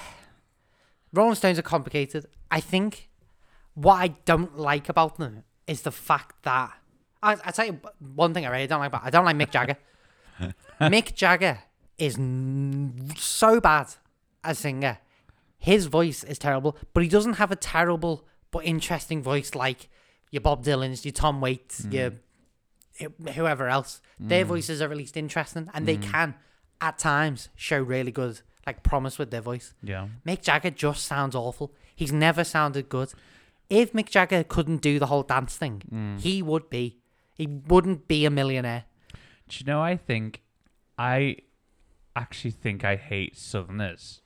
[SPEAKER 2] Rolling Stones are complicated. I think what I don't like about them is the fact that I, I tell you one thing I really don't like about I don't like Mick Jagger. Mick Jagger is n- so bad as a singer. His voice is terrible, but he doesn't have a terrible but interesting voice like your Bob Dylan's, your Tom Waits, your wh- whoever else. Their voices are at least interesting, and they can at times show really good like promise with their voice.
[SPEAKER 1] Yeah.
[SPEAKER 2] Mick Jagger just sounds awful. He's never sounded good. If Mick Jagger couldn't do the whole dance thing, he would be. He wouldn't be a millionaire.
[SPEAKER 1] Do you know? I think I actually think I hate Southerners,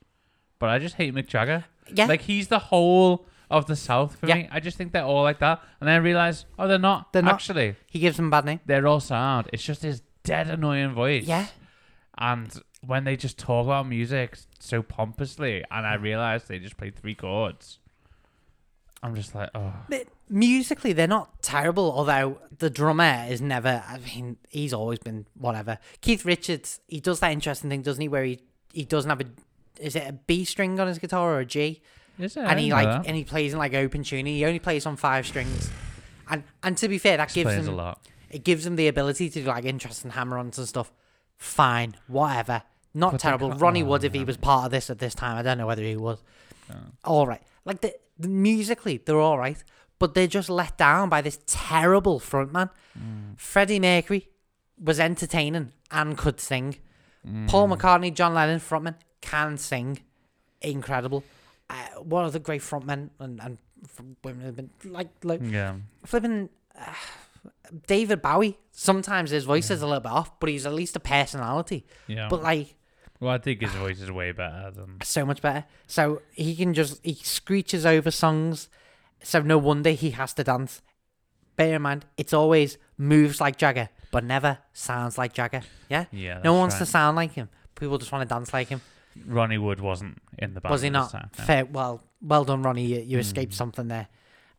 [SPEAKER 1] but I just hate Mick Jagger.
[SPEAKER 2] Yeah.
[SPEAKER 1] like he's the whole of the South for
[SPEAKER 2] Yeah.
[SPEAKER 1] me. I just think they're all like that, and then I realize, oh, they're not.
[SPEAKER 2] They're not.
[SPEAKER 1] actually.
[SPEAKER 2] He gives him a bad name.
[SPEAKER 1] They're all sound. It's just his dead annoying voice.
[SPEAKER 2] Yeah.
[SPEAKER 1] and when they just talk about music so pompously, and I realize they just play three chords. I'm just like, oh,
[SPEAKER 2] But musically, they're not terrible, although the drummer is never, I mean, he's always been whatever. Keith Richards, he does that interesting thing, doesn't he, where he, he doesn't have a, is it a B string on his guitar or a G?
[SPEAKER 1] is it?
[SPEAKER 2] and he like
[SPEAKER 1] that.
[SPEAKER 2] and he plays in like open tuning. He only plays on five strings, and and to be fair, that gives
[SPEAKER 1] plays a
[SPEAKER 2] him
[SPEAKER 1] lot.
[SPEAKER 2] it gives him the ability to do like interesting hammer-ons and stuff. Fine, whatever, not
[SPEAKER 1] But they
[SPEAKER 2] terrible.
[SPEAKER 1] can't-
[SPEAKER 2] Ronnie
[SPEAKER 1] oh,
[SPEAKER 2] Wood, if he was part of this at this time, I don't know whether he was. All right, like the, the musically, they're all right, but they're just let down by this terrible frontman.
[SPEAKER 1] Mm.
[SPEAKER 2] Freddie Mercury was entertaining and could sing.
[SPEAKER 1] Mm.
[SPEAKER 2] Paul McCartney, John Lennon, frontman can sing, incredible. Uh, one of the great frontmen and and f- women have been like like
[SPEAKER 1] yeah,
[SPEAKER 2] flipping uh, David Bowie. Sometimes his voice is a little bit off, but he's at least a personality.
[SPEAKER 1] yeah.
[SPEAKER 2] But like
[SPEAKER 1] well, I think his voice is way better than
[SPEAKER 2] so much better. So he can just he screeches over songs. So no wonder he has to dance. Bear in mind, it's always moves like Jagger, but never sounds like Jagger. Yeah,
[SPEAKER 1] yeah.
[SPEAKER 2] no
[SPEAKER 1] that's
[SPEAKER 2] one wants
[SPEAKER 1] right.
[SPEAKER 2] to sound like him. People just want to dance like him.
[SPEAKER 1] Ronnie Wood wasn't in the band.
[SPEAKER 2] was he
[SPEAKER 1] at this
[SPEAKER 2] not?
[SPEAKER 1] Time. Hmm. no.
[SPEAKER 2] Fair. Well, well done, Ronnie. You, you escaped something there.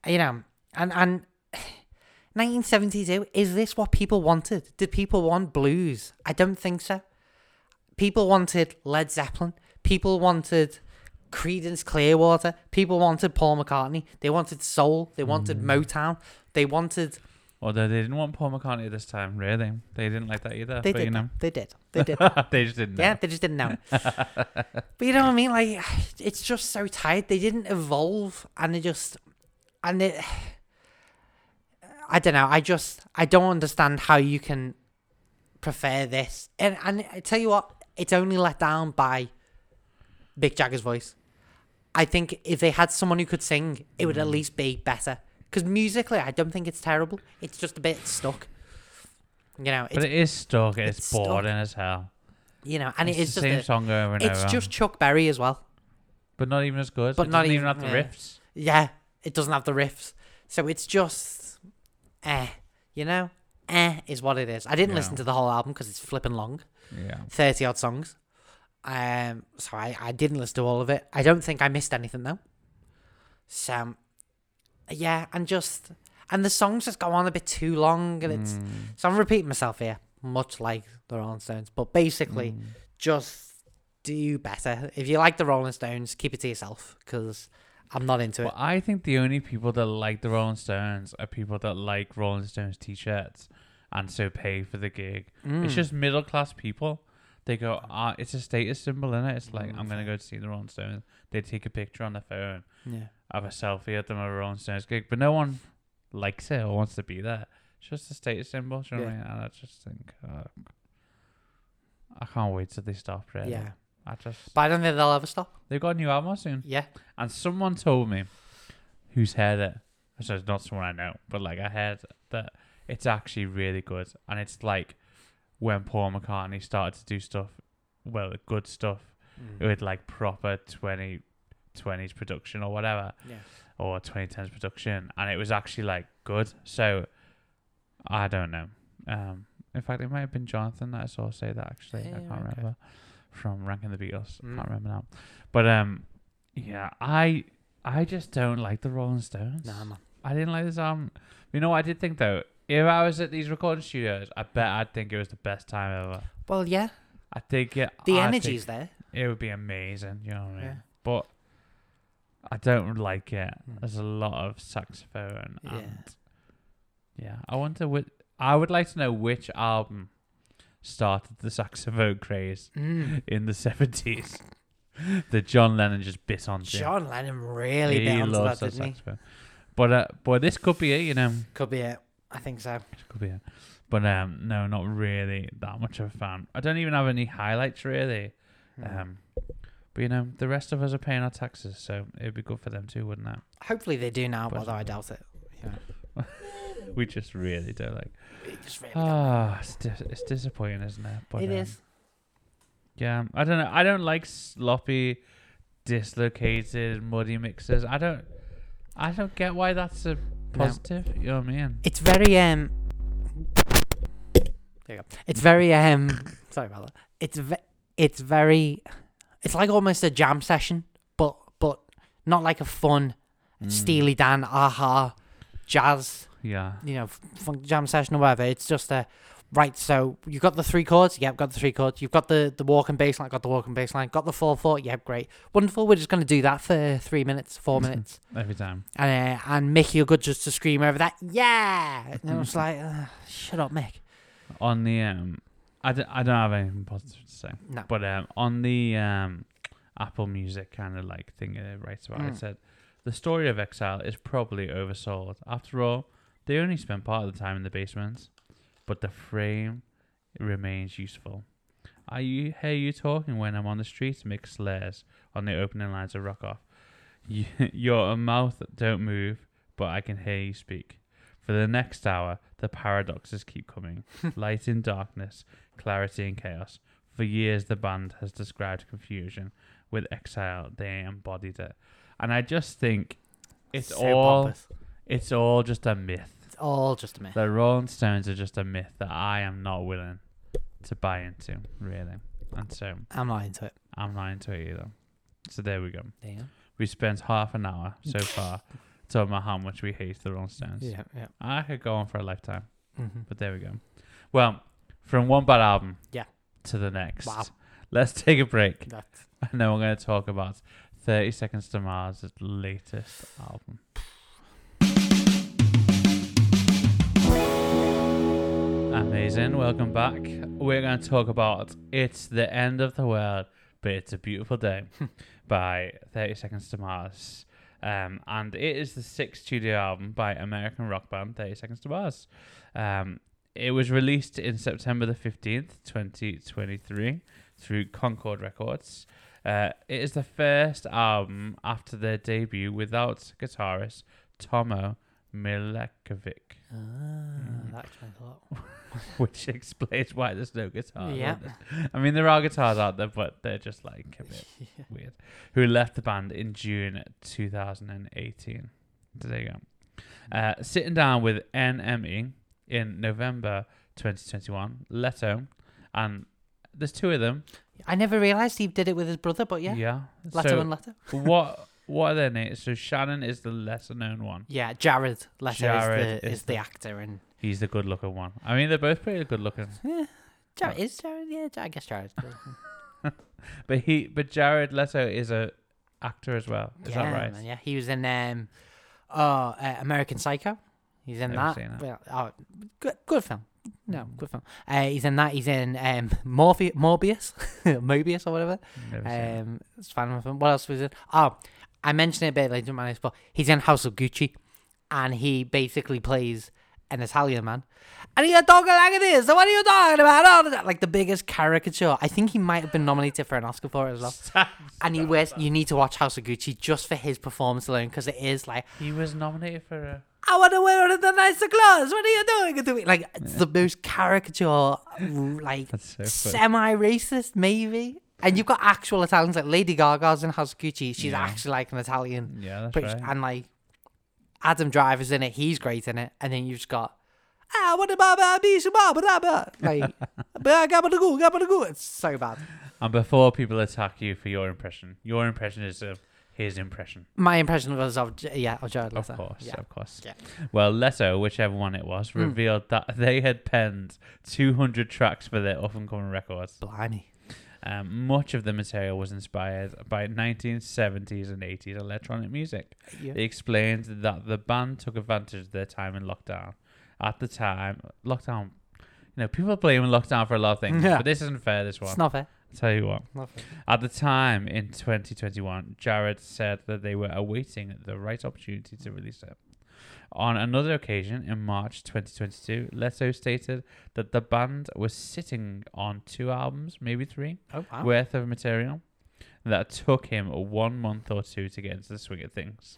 [SPEAKER 2] You know, and and 1972 is this what people wanted? Did people want blues? I don't think so. People wanted Led Zeppelin. People wanted Creedence Clearwater. People wanted Paul McCartney. They wanted soul. They wanted
[SPEAKER 1] Hmm.
[SPEAKER 2] Motown. They wanted.
[SPEAKER 1] Although they didn't want Paul McCartney this time, really. They didn't like that either.
[SPEAKER 2] They
[SPEAKER 1] but
[SPEAKER 2] did.
[SPEAKER 1] you know,
[SPEAKER 2] They did. They did.
[SPEAKER 1] they just didn't.
[SPEAKER 2] Yeah,
[SPEAKER 1] know.
[SPEAKER 2] they just didn't know. but you know what I mean? Like, it's just so tight. They didn't evolve, and they just, and it. I don't know. I just, I don't understand how you can prefer this. And and I tell you what, it's only let down by Mick Jagger's voice. I think if they had someone who could sing, it
[SPEAKER 1] Mm.
[SPEAKER 2] would at least be better. Because musically, I don't think it's terrible. It's just a bit stuck. You know, it's
[SPEAKER 1] but it is stuck. It's,
[SPEAKER 2] it's stuck.
[SPEAKER 1] boring as hell.
[SPEAKER 2] You know, and
[SPEAKER 1] it's
[SPEAKER 2] it is
[SPEAKER 1] the
[SPEAKER 2] just
[SPEAKER 1] same
[SPEAKER 2] a-
[SPEAKER 1] song over and
[SPEAKER 2] it's
[SPEAKER 1] over.
[SPEAKER 2] just Chuck Berry as well.
[SPEAKER 1] but not even as good.
[SPEAKER 2] but
[SPEAKER 1] it
[SPEAKER 2] not
[SPEAKER 1] doesn't even
[SPEAKER 2] even-
[SPEAKER 1] have the
[SPEAKER 2] yeah.
[SPEAKER 1] riffs.
[SPEAKER 2] Yeah, it doesn't have the riffs, so it's just eh. You know, eh is what it is. I
[SPEAKER 1] Yeah.
[SPEAKER 2] didn't listen to the whole album because it's flipping long,
[SPEAKER 1] Yeah.
[SPEAKER 2] thirty odd songs. Um, so I I didn't listen to all of it. I don't think I missed anything though. So, yeah, and just and the songs just go on a bit too long, and it's
[SPEAKER 1] Mm,
[SPEAKER 2] so I'm repeating myself here, much like the Rolling Stones, but basically.
[SPEAKER 1] mm.
[SPEAKER 2] just do better. If you like the Rolling Stones, keep it to yourself because I'm not into it.
[SPEAKER 1] Well, I think the only people that like the Rolling Stones are people that like Rolling Stones t-shirts and so pay for the gig. It's
[SPEAKER 2] Mm.
[SPEAKER 1] just middle class people. They go, ah, it's a status symbol, in it? It's like I'm
[SPEAKER 2] Mm.
[SPEAKER 1] gonna go to see the Rolling Stones. They take a picture on their phone,
[SPEAKER 2] yeah.
[SPEAKER 1] have a selfie at them at a Rolling Stones gig, but no one likes it or wants to be there. It's just a status symbol. Do you know what I mean? And I just think, uh, I can't wait till they stop. Really,
[SPEAKER 2] yeah.
[SPEAKER 1] I just
[SPEAKER 2] But I don't think they'll ever stop.
[SPEAKER 1] they've got a new album out soon.
[SPEAKER 2] Yeah.
[SPEAKER 1] And someone told me who's heard it. So it's not someone I know, but like I heard that it's actually really good. And it's like when Paul McCartney started to do stuff, well, good stuff, with like proper 20, 20s production or whatever,
[SPEAKER 2] Yeah.
[SPEAKER 1] or 2010s production. And it was actually like good. So I don't know. Um, in fact, it might have been Jonathan that I saw say that actually. I
[SPEAKER 2] Yeah,
[SPEAKER 1] can't
[SPEAKER 2] okay.
[SPEAKER 1] remember from Ranking the Beatles. I
[SPEAKER 2] Mm.
[SPEAKER 1] can't remember now. But um, yeah, I I just don't like the Rolling Stones.
[SPEAKER 2] Nah, man.
[SPEAKER 1] I didn't like this album. You know what I did think though? If I was at these recording studios, I bet I'd think it was the best time ever.
[SPEAKER 2] Well, yeah.
[SPEAKER 1] I think it.
[SPEAKER 2] The
[SPEAKER 1] I
[SPEAKER 2] energy's there.
[SPEAKER 1] think It would be amazing. You know what I mean?
[SPEAKER 2] Yeah.
[SPEAKER 1] But I don't like it.
[SPEAKER 2] Mm.
[SPEAKER 1] There's a lot of saxophone
[SPEAKER 2] Yeah.
[SPEAKER 1] and yeah. I wonder what. I would like to know which album started the saxophone craze
[SPEAKER 2] Mm.
[SPEAKER 1] in the seventies. that John Lennon just bit on.
[SPEAKER 2] John Lennon really bit onto that, didn't he?
[SPEAKER 1] saxophone. But uh, but this could be it, you know.
[SPEAKER 2] Could be it. I think so.
[SPEAKER 1] This could be it. But um, no, not really that much of a fan. I don't even have any highlights really.
[SPEAKER 2] Hmm.
[SPEAKER 1] Um, but you know, the rest of us are paying our taxes, so it'd be good for them too, wouldn't it?
[SPEAKER 2] Hopefully they do now,
[SPEAKER 1] but-
[SPEAKER 2] although I doubt it.
[SPEAKER 1] We just really don't like.
[SPEAKER 2] It just really
[SPEAKER 1] Ah, it's, dis- it's disappointing, isn't it?
[SPEAKER 2] it
[SPEAKER 1] um,
[SPEAKER 2] is.
[SPEAKER 1] Yeah, I don't know. I don't like sloppy, dislocated, muddy mixes. I don't. I don't get why that's a positive. You know what I mean?
[SPEAKER 2] It's very um. There you go. It's very um. sorry about that. It's ve- it's very, it's like almost a jam session, but but not like a fun
[SPEAKER 1] Mm.
[SPEAKER 2] Steely Dan aha jazz
[SPEAKER 1] Yeah.
[SPEAKER 2] you know f- funk jam session or whatever. It's just a right. So you've got the three chords. Yep, got the three chords. You've got the the walk and bass line. Got the walk and bass line. Got the four four. Yep, great, wonderful. We're just gonna do that for three minutes, four minutes
[SPEAKER 1] Every time.
[SPEAKER 2] and uh, and Mickey will go just to scream over that. Yeah, and I was like, "Ugh, shut up, Mick.
[SPEAKER 1] On the um, I d- I don't have anything positive to say.
[SPEAKER 2] No.
[SPEAKER 1] But um, on the um, Apple Music kind of like thing uh, it writes about, it
[SPEAKER 2] Mm.
[SPEAKER 1] said the story of Exile is probably oversold. After all, they only spent part of the time in the basement, but the frame remains useful. I you, hear you talking when I'm on the streets, Mick slares on the opening lines of Rock Off. You, your mouth don't move, but I can hear you speak. For the next hour, the paradoxes keep coming light in darkness, clarity in chaos. For years, the band has described confusion. With Exile, they embodied it. And I just think it's
[SPEAKER 2] So
[SPEAKER 1] all
[SPEAKER 2] pompous.
[SPEAKER 1] it's all just a myth.
[SPEAKER 2] It's all just a myth.
[SPEAKER 1] The Rolling Stones are just a myth that I am not willing to buy into, really. And so
[SPEAKER 2] I'm not into it.
[SPEAKER 1] I'm not into it either. So there we go.
[SPEAKER 2] There you go.
[SPEAKER 1] We spent half an hour so far talking about how much we hate the Rolling Stones.
[SPEAKER 2] Yeah, yeah.
[SPEAKER 1] I could go on for a lifetime,
[SPEAKER 2] hmm
[SPEAKER 1] but there we go. Well, from one bad album
[SPEAKER 2] Yeah.
[SPEAKER 1] to the next.
[SPEAKER 2] Wow.
[SPEAKER 1] Let's take a break.
[SPEAKER 2] That's
[SPEAKER 1] And then we're going to talk about 30 Seconds to Mars' latest album. Amazing. Welcome back. We're going to talk about It's the End of the World, but It's a Beautiful Day
[SPEAKER 2] Hmm.
[SPEAKER 1] by 30 Seconds to Mars. Um, and it is the sixth studio album by American rock band 30 Seconds to Mars. Um, it was released in September the 15th, 2023 through Concord Records. Uh, it is the first album after their debut without guitarist Tomo Milekovic,
[SPEAKER 2] Ah, that explains a lot.
[SPEAKER 1] which explains why there's no guitar. on
[SPEAKER 2] Yeah.
[SPEAKER 1] this. I mean, there are guitars out there, but they're just like a bit
[SPEAKER 2] Yeah.
[SPEAKER 1] weird. Who left the band in June 2018. So There you go. Uh, sitting down with NME in November 2021, Leto, and there's two of them.
[SPEAKER 2] I never realised he did it with his brother, but yeah.
[SPEAKER 1] Yeah.
[SPEAKER 2] Leto
[SPEAKER 1] so
[SPEAKER 2] and Leto.
[SPEAKER 1] what what are their names? So Shannon is the lesser known one.
[SPEAKER 2] Yeah, Jared Leto is
[SPEAKER 1] Jared
[SPEAKER 2] the is,
[SPEAKER 1] is
[SPEAKER 2] the
[SPEAKER 1] the-
[SPEAKER 2] actor and
[SPEAKER 1] He's the good looking one. I mean, they're both pretty good looking.
[SPEAKER 2] yeah. Jared
[SPEAKER 1] Oh.
[SPEAKER 2] is Jared, yeah, Ja- I guess Jared.
[SPEAKER 1] But he, but Jared Leto is a actor as well. Is
[SPEAKER 2] yeah,
[SPEAKER 1] that right?
[SPEAKER 2] man, yeah, he was in um, oh, uh, American Psycho. He's in
[SPEAKER 1] Never
[SPEAKER 2] that.
[SPEAKER 1] seen Hmm. that.
[SPEAKER 2] Well, oh, good, good film. No, good film. Uh, he's in that. He's in um, Morphe- Morbius, Mobius or whatever.
[SPEAKER 1] Never seen it.
[SPEAKER 2] Um, it's fine with him. What else was it? Oh, I mentioned it a bit later in my list, but he's in House of Gucci, and he basically plays an Italian man. And he's talking like this. So what are you talking about? All of that, like the biggest caricature. I think he might have been nominated for an Oscar for it as well. And he wears. You need to watch House of Gucci just for his performance alone, because it is like
[SPEAKER 1] He was nominated for a.
[SPEAKER 2] I want to wear the nicer clothes. What are you doing to me? Like it's the most caricature, like
[SPEAKER 1] That's so funny.
[SPEAKER 2] semi-racist, maybe. And you've got actual Italians like Lady Gaga's in House of Gucci. She's
[SPEAKER 1] Yeah.
[SPEAKER 2] actually like an Italian,
[SPEAKER 1] Yeah, that's
[SPEAKER 2] British,
[SPEAKER 1] right.
[SPEAKER 2] and like Adam Driver's in it. He's great in it. And then you've just got ah, what about my piece of blah, blah, blah. like "Bah, gabba da goo, gabba da goo." It's so bad.
[SPEAKER 1] And before people attack you for your impression, your impression is of his impression.
[SPEAKER 2] My impression was of J- yeah, of Jared
[SPEAKER 1] Of
[SPEAKER 2] Leto.
[SPEAKER 1] course,
[SPEAKER 2] yeah.
[SPEAKER 1] of course.
[SPEAKER 2] Yeah. Hmm.
[SPEAKER 1] Well, Leto, whichever one it was, revealed that they had penned 200 tracks for their up and coming records.
[SPEAKER 2] Blimey.
[SPEAKER 1] Um, much of the material was inspired by 1970s and 80s electronic music.
[SPEAKER 2] Yeah.
[SPEAKER 1] They explained that the band took advantage of their time in lockdown. At the time, lockdown, you know, people are blaming lockdown for a lot of things,
[SPEAKER 2] Yeah.
[SPEAKER 1] but this isn't fair, this one.
[SPEAKER 2] It's not fair.
[SPEAKER 1] I'll tell you what.
[SPEAKER 2] Not fair.
[SPEAKER 1] At the time in 2021, Jared said that they were awaiting the right opportunity to release it. On another occasion in March 2022, Leto stated that the band was sitting on two albums, maybe three,
[SPEAKER 2] Oh wow.
[SPEAKER 1] worth of material that took him one month or two to get into the swing of things.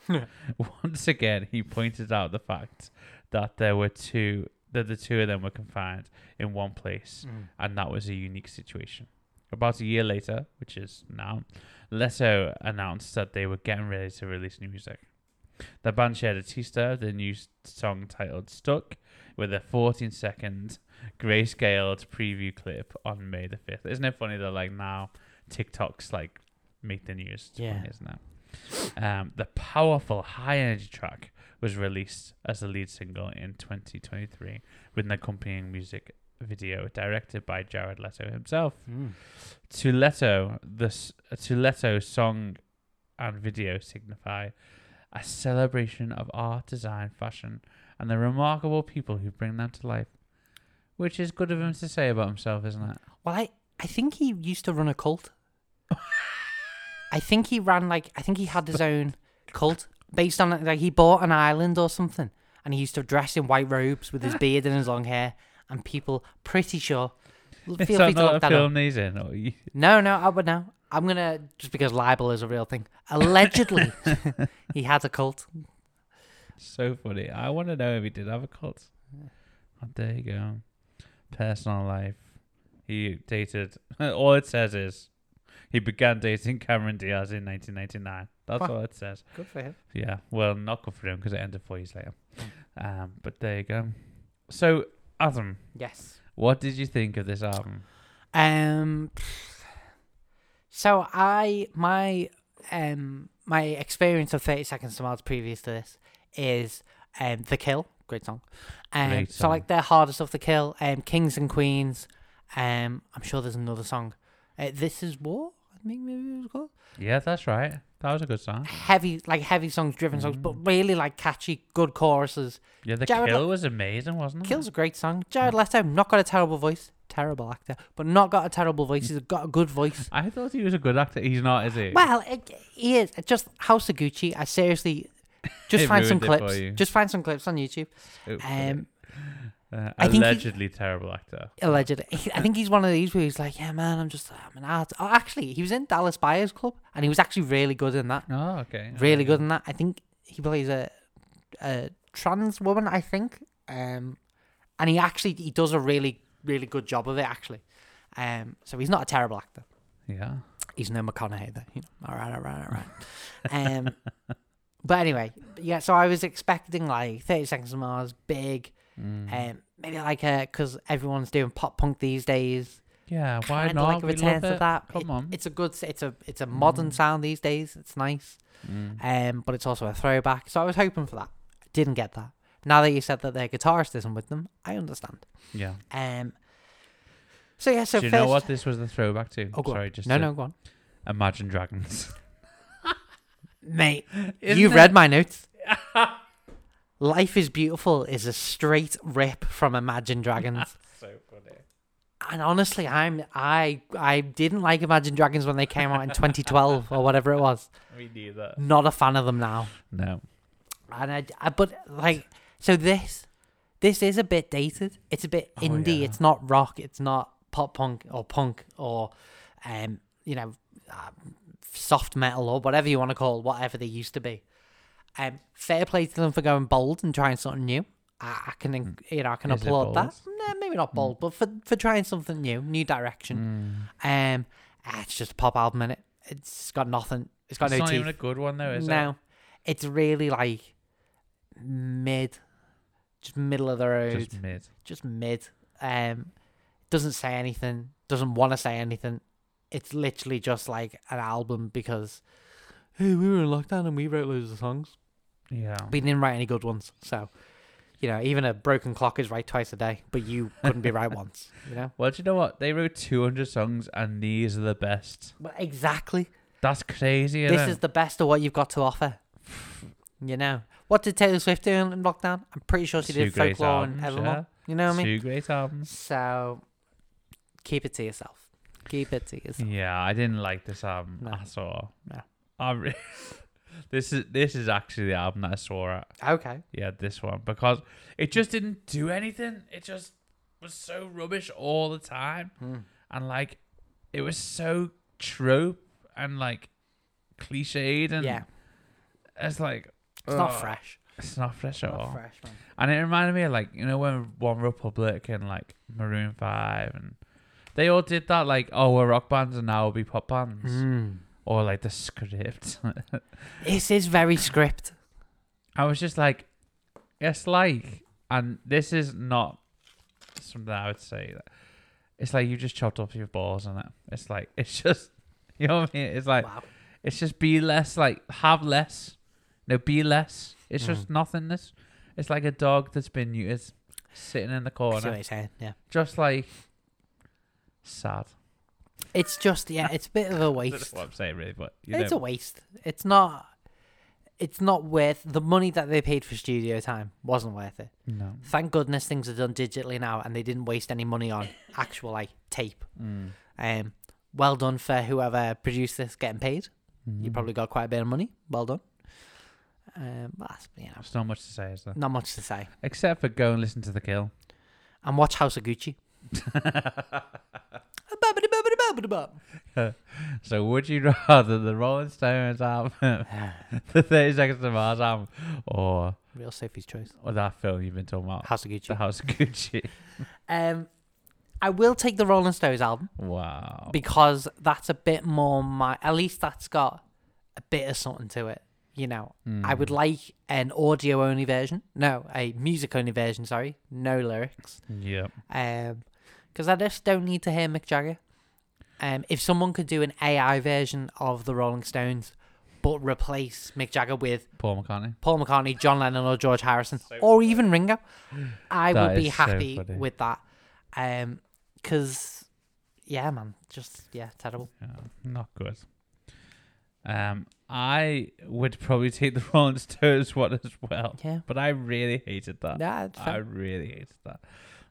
[SPEAKER 1] Once again, he pointed out the fact that there were two that the two of them were confined in one place,
[SPEAKER 2] Mm.
[SPEAKER 1] and that was a unique situation. About a year later, which is now, Leto announced that they were getting ready to release new music. The band shared a teaser of the new s- song titled Stuck with a 14 second grayscaled preview clip on May the 5th. Isn't it funny that, like, now TikTok's like make the news? It's
[SPEAKER 2] Yeah.
[SPEAKER 1] funny, isn't it? Um, the powerful high energy track was released as the lead single in 2023 with an accompanying music video directed by Jared Leto himself.
[SPEAKER 2] Mm.
[SPEAKER 1] To Leto, the s- to Leto song and video signify a celebration of art, design, fashion, and the remarkable people who bring them to life. Which is good of him to say about himself, isn't it?
[SPEAKER 2] Well, I, I think he used to run a cult. I think he ran like I think he had his own cult based on like he bought an island or something, and he used to dress in white robes with his beard and his long hair, and people pretty sure. Feel
[SPEAKER 1] It's
[SPEAKER 2] free to
[SPEAKER 1] not
[SPEAKER 2] look
[SPEAKER 1] a
[SPEAKER 2] that up.
[SPEAKER 1] film he's in. Or you,
[SPEAKER 2] No, no, I would no. I'm gonna just because libel is a real thing. Allegedly, he had a cult.
[SPEAKER 1] So funny. I want to know if he did have a cult. Oh, there you go. Personal life. He dated. All it says is he began dating Cameron Diaz in 1999. That's
[SPEAKER 2] Wow.
[SPEAKER 1] all it says.
[SPEAKER 2] Good for him.
[SPEAKER 1] Yeah. Well, not good for him because it ended four years later.
[SPEAKER 2] Hmm.
[SPEAKER 1] Um, but there you go. So, Adam,
[SPEAKER 2] Yes.
[SPEAKER 1] what did you think of this album?
[SPEAKER 2] Um. So I my um my experience of Thirty Seconds to Mars previous to this is um The Kill, great song. Um,
[SPEAKER 1] Great
[SPEAKER 2] So like their hardest of The Kill, um Kings and Queens. Um, I'm sure there's another song. Uh, this is War. I think maybe it was called
[SPEAKER 1] Yeah, that's right. That was a good song.
[SPEAKER 2] heavy, like heavy songs, driven songs, but really like catchy, good choruses.
[SPEAKER 1] Yeah, the
[SPEAKER 2] Jared
[SPEAKER 1] kill
[SPEAKER 2] Lo-
[SPEAKER 1] was amazing, wasn't it?
[SPEAKER 2] Kill's a great song. Jared Leto not got a terrible voice, terrible actor, but not got a terrible voice. He's got a good voice.
[SPEAKER 1] I thought he was a good actor. He's not, is he?
[SPEAKER 2] Well, it, he is It's just House of Gucci. I seriously just
[SPEAKER 1] It
[SPEAKER 2] find some
[SPEAKER 1] ruined it for
[SPEAKER 2] clips.
[SPEAKER 1] you.
[SPEAKER 2] Just find some clips on YouTube.
[SPEAKER 1] Oh,
[SPEAKER 2] Um,
[SPEAKER 1] uh,
[SPEAKER 2] I think he-
[SPEAKER 1] allegedly terrible actor.
[SPEAKER 2] allegedly, He- I think he's one of these where he's like, "Yeah, man, I'm just I'm an art." Oh, actually, he was in Dallas Buyers Club, and he was actually really good in that.
[SPEAKER 1] Oh, okay.
[SPEAKER 2] Really
[SPEAKER 1] okay.
[SPEAKER 2] good in that. I think he plays a, a trans woman, I think. Um, and he actually he does a really really good job of it actually. Um, so he's not a terrible actor.
[SPEAKER 1] Yeah.
[SPEAKER 2] He's no McConaughey though. You know, all right, all right, all right. um, but anyway, yeah. So I was expecting like Thirty Seconds to Mars, big.
[SPEAKER 1] Mm.
[SPEAKER 2] Um, maybe like because everyone's doing pop punk these days.
[SPEAKER 1] yeah. Why
[SPEAKER 2] kinda
[SPEAKER 1] not?
[SPEAKER 2] Like a
[SPEAKER 1] We
[SPEAKER 2] return
[SPEAKER 1] love
[SPEAKER 2] to
[SPEAKER 1] it.
[SPEAKER 2] that.
[SPEAKER 1] Come
[SPEAKER 2] It-
[SPEAKER 1] on.
[SPEAKER 2] It's a good. s- It's a it's a modern
[SPEAKER 1] Mm.
[SPEAKER 2] sound these days. It's nice.
[SPEAKER 1] Mm.
[SPEAKER 2] Um, but it's also a throwback. So I was hoping for that. Didn't get that. Now that you said that their guitarist isn't with them, I understand.
[SPEAKER 1] Yeah.
[SPEAKER 2] Um. So yeah. So
[SPEAKER 1] Do you
[SPEAKER 2] first,
[SPEAKER 1] know what this was the throwback to?
[SPEAKER 2] Oh, go on.
[SPEAKER 1] Sorry, just
[SPEAKER 2] no,
[SPEAKER 1] to
[SPEAKER 2] no, go on,
[SPEAKER 1] Imagine Dragons.
[SPEAKER 2] mate.
[SPEAKER 1] Isn't
[SPEAKER 2] you've
[SPEAKER 1] it-
[SPEAKER 2] read my notes. Life is beautiful is a straight rip from Imagine Dragons.
[SPEAKER 1] so funny.
[SPEAKER 2] and honestly, I'm I I didn't like Imagine Dragons when they came out in 2012 or whatever it was.
[SPEAKER 1] We knew that.
[SPEAKER 2] Not a fan of them now.
[SPEAKER 1] No.
[SPEAKER 2] And I, I but like so this this is a bit dated. It's a bit
[SPEAKER 1] Oh,
[SPEAKER 2] indie.
[SPEAKER 1] yeah.
[SPEAKER 2] It's not rock. It's not pop punk or punk or um you know uh, soft metal or whatever you want to call it, whatever they used to be. Um, fair play to them for going bold and trying something new. I, I can en- you know I can
[SPEAKER 1] Hmm. Is it
[SPEAKER 2] applaud that.
[SPEAKER 1] bold? Hmm.
[SPEAKER 2] Nah, maybe not bold, but for for trying something new, new direction.
[SPEAKER 1] Hmm.
[SPEAKER 2] Um, ah, it's just a pop album in it. It's got nothing. It's got
[SPEAKER 1] It's
[SPEAKER 2] no
[SPEAKER 1] not
[SPEAKER 2] teeth.
[SPEAKER 1] even a good one though, is
[SPEAKER 2] No, it's really like mid, just middle of the
[SPEAKER 1] it?
[SPEAKER 2] road, just,
[SPEAKER 1] Just mid.
[SPEAKER 2] mid. Um, doesn't say anything, doesn't want to say anything. It's literally just like an album because hey, we were in lockdown and we wrote loads of songs.
[SPEAKER 1] Yeah.
[SPEAKER 2] We didn't write any good ones, so you know, even a broken clock is right twice a day, but you couldn't be right once. You know,
[SPEAKER 1] Well, do you know what? They wrote 200 songs, and these are the best.
[SPEAKER 2] but exactly.
[SPEAKER 1] That's crazy.
[SPEAKER 2] this
[SPEAKER 1] innit?
[SPEAKER 2] is the best of what you've got to offer. You know. What did Taylor Swift do in lockdown? I'm pretty sure she
[SPEAKER 1] Two
[SPEAKER 2] did
[SPEAKER 1] great
[SPEAKER 2] folklore and
[SPEAKER 1] albums,
[SPEAKER 2] evermore. You know what I mean?
[SPEAKER 1] two great albums.
[SPEAKER 2] So keep it to yourself. Keep it to yourself.
[SPEAKER 1] Yeah, I didn't like this album
[SPEAKER 2] No.
[SPEAKER 1] at all.
[SPEAKER 2] No.
[SPEAKER 1] I re- this is this is actually the album that I swore at.
[SPEAKER 2] Okay.
[SPEAKER 1] Yeah, this one because it just didn't do anything. It just was so rubbish all the time,
[SPEAKER 2] Hmm.
[SPEAKER 1] and like it was so trope and like cliched and
[SPEAKER 2] Yeah.
[SPEAKER 1] it's like
[SPEAKER 2] It's not
[SPEAKER 1] ugh,
[SPEAKER 2] fresh.
[SPEAKER 1] It's not fresh at all.
[SPEAKER 2] Not fresh, man.
[SPEAKER 1] And it reminded me of like you know when One Republic and like Maroon Five and they all did that like oh we're rock bands and now we'll be pop bands
[SPEAKER 2] Mm-hmm. Mm.
[SPEAKER 1] or like the script.
[SPEAKER 2] This is very script.
[SPEAKER 1] I was just like, it's like, and this is not something I would say. That it's like you just chopped off your balls and it. It's like it's just you know what I mean. It's like
[SPEAKER 2] wow.
[SPEAKER 1] it's just be less like have less, no be less. It's just nothingness. It's like a dog that's been neutered, sitting in the
[SPEAKER 2] I see
[SPEAKER 1] corner.
[SPEAKER 2] what you're saying. Yeah.
[SPEAKER 1] just like sad.
[SPEAKER 2] It's just yeah, it's a bit of a
[SPEAKER 1] I don't know
[SPEAKER 2] waste.
[SPEAKER 1] what I'm saying really, but you
[SPEAKER 2] It's
[SPEAKER 1] know,
[SPEAKER 2] a waste. It's not it's not worth the money that they paid for studio time wasn't worth it.
[SPEAKER 1] no.
[SPEAKER 2] Thank goodness things are done digitally now, and they didn't waste any money on actual like tape.
[SPEAKER 1] Mm.
[SPEAKER 2] Um, well done for whoever produced this getting paid. You
[SPEAKER 1] Mhm.
[SPEAKER 2] probably got quite a bit of money. Well done. Um, but that's, you know,
[SPEAKER 1] There's not much to say, is there?
[SPEAKER 2] not much to say.
[SPEAKER 1] Except for go and listen to the kill.
[SPEAKER 2] And watch House of Gucci. Ba-ba-da-ba-ba-da-ba-ba-da-ba.
[SPEAKER 1] So would you rather the Rolling Stones album, the 30 Seconds to Mars album, or,
[SPEAKER 2] Real Sophie's choice.
[SPEAKER 1] or that film you've been talking about,
[SPEAKER 2] House of
[SPEAKER 1] Oh, The
[SPEAKER 2] Gucci.
[SPEAKER 1] House of Gucci?
[SPEAKER 2] Um, I will take the Rolling Stones album
[SPEAKER 1] Wow.
[SPEAKER 2] because that's a bit more my. At least that's got a bit of something to it. You know, I
[SPEAKER 1] Mm.
[SPEAKER 2] would like an audio only version. No, a music only version. Sorry, no lyrics.
[SPEAKER 1] Yep.
[SPEAKER 2] Um, because I just don't need to hear Mick Jagger. Um, if someone could do an AI version of the Rolling Stones, but replace Mick Jagger with
[SPEAKER 1] Paul McCartney.
[SPEAKER 2] Paul McCartney, John Lennon, or George Harrison, or even Ringo, I
[SPEAKER 1] That
[SPEAKER 2] would be
[SPEAKER 1] is so
[SPEAKER 2] happy
[SPEAKER 1] funny.
[SPEAKER 2] with that. Um, cause yeah, man, just yeah, terrible.
[SPEAKER 1] Yeah, not good. Um, I would probably take the Rolling Stones one as well,
[SPEAKER 2] Yeah,
[SPEAKER 1] but I really hated that.
[SPEAKER 2] yeah, it's
[SPEAKER 1] I
[SPEAKER 2] fair.
[SPEAKER 1] really hated that.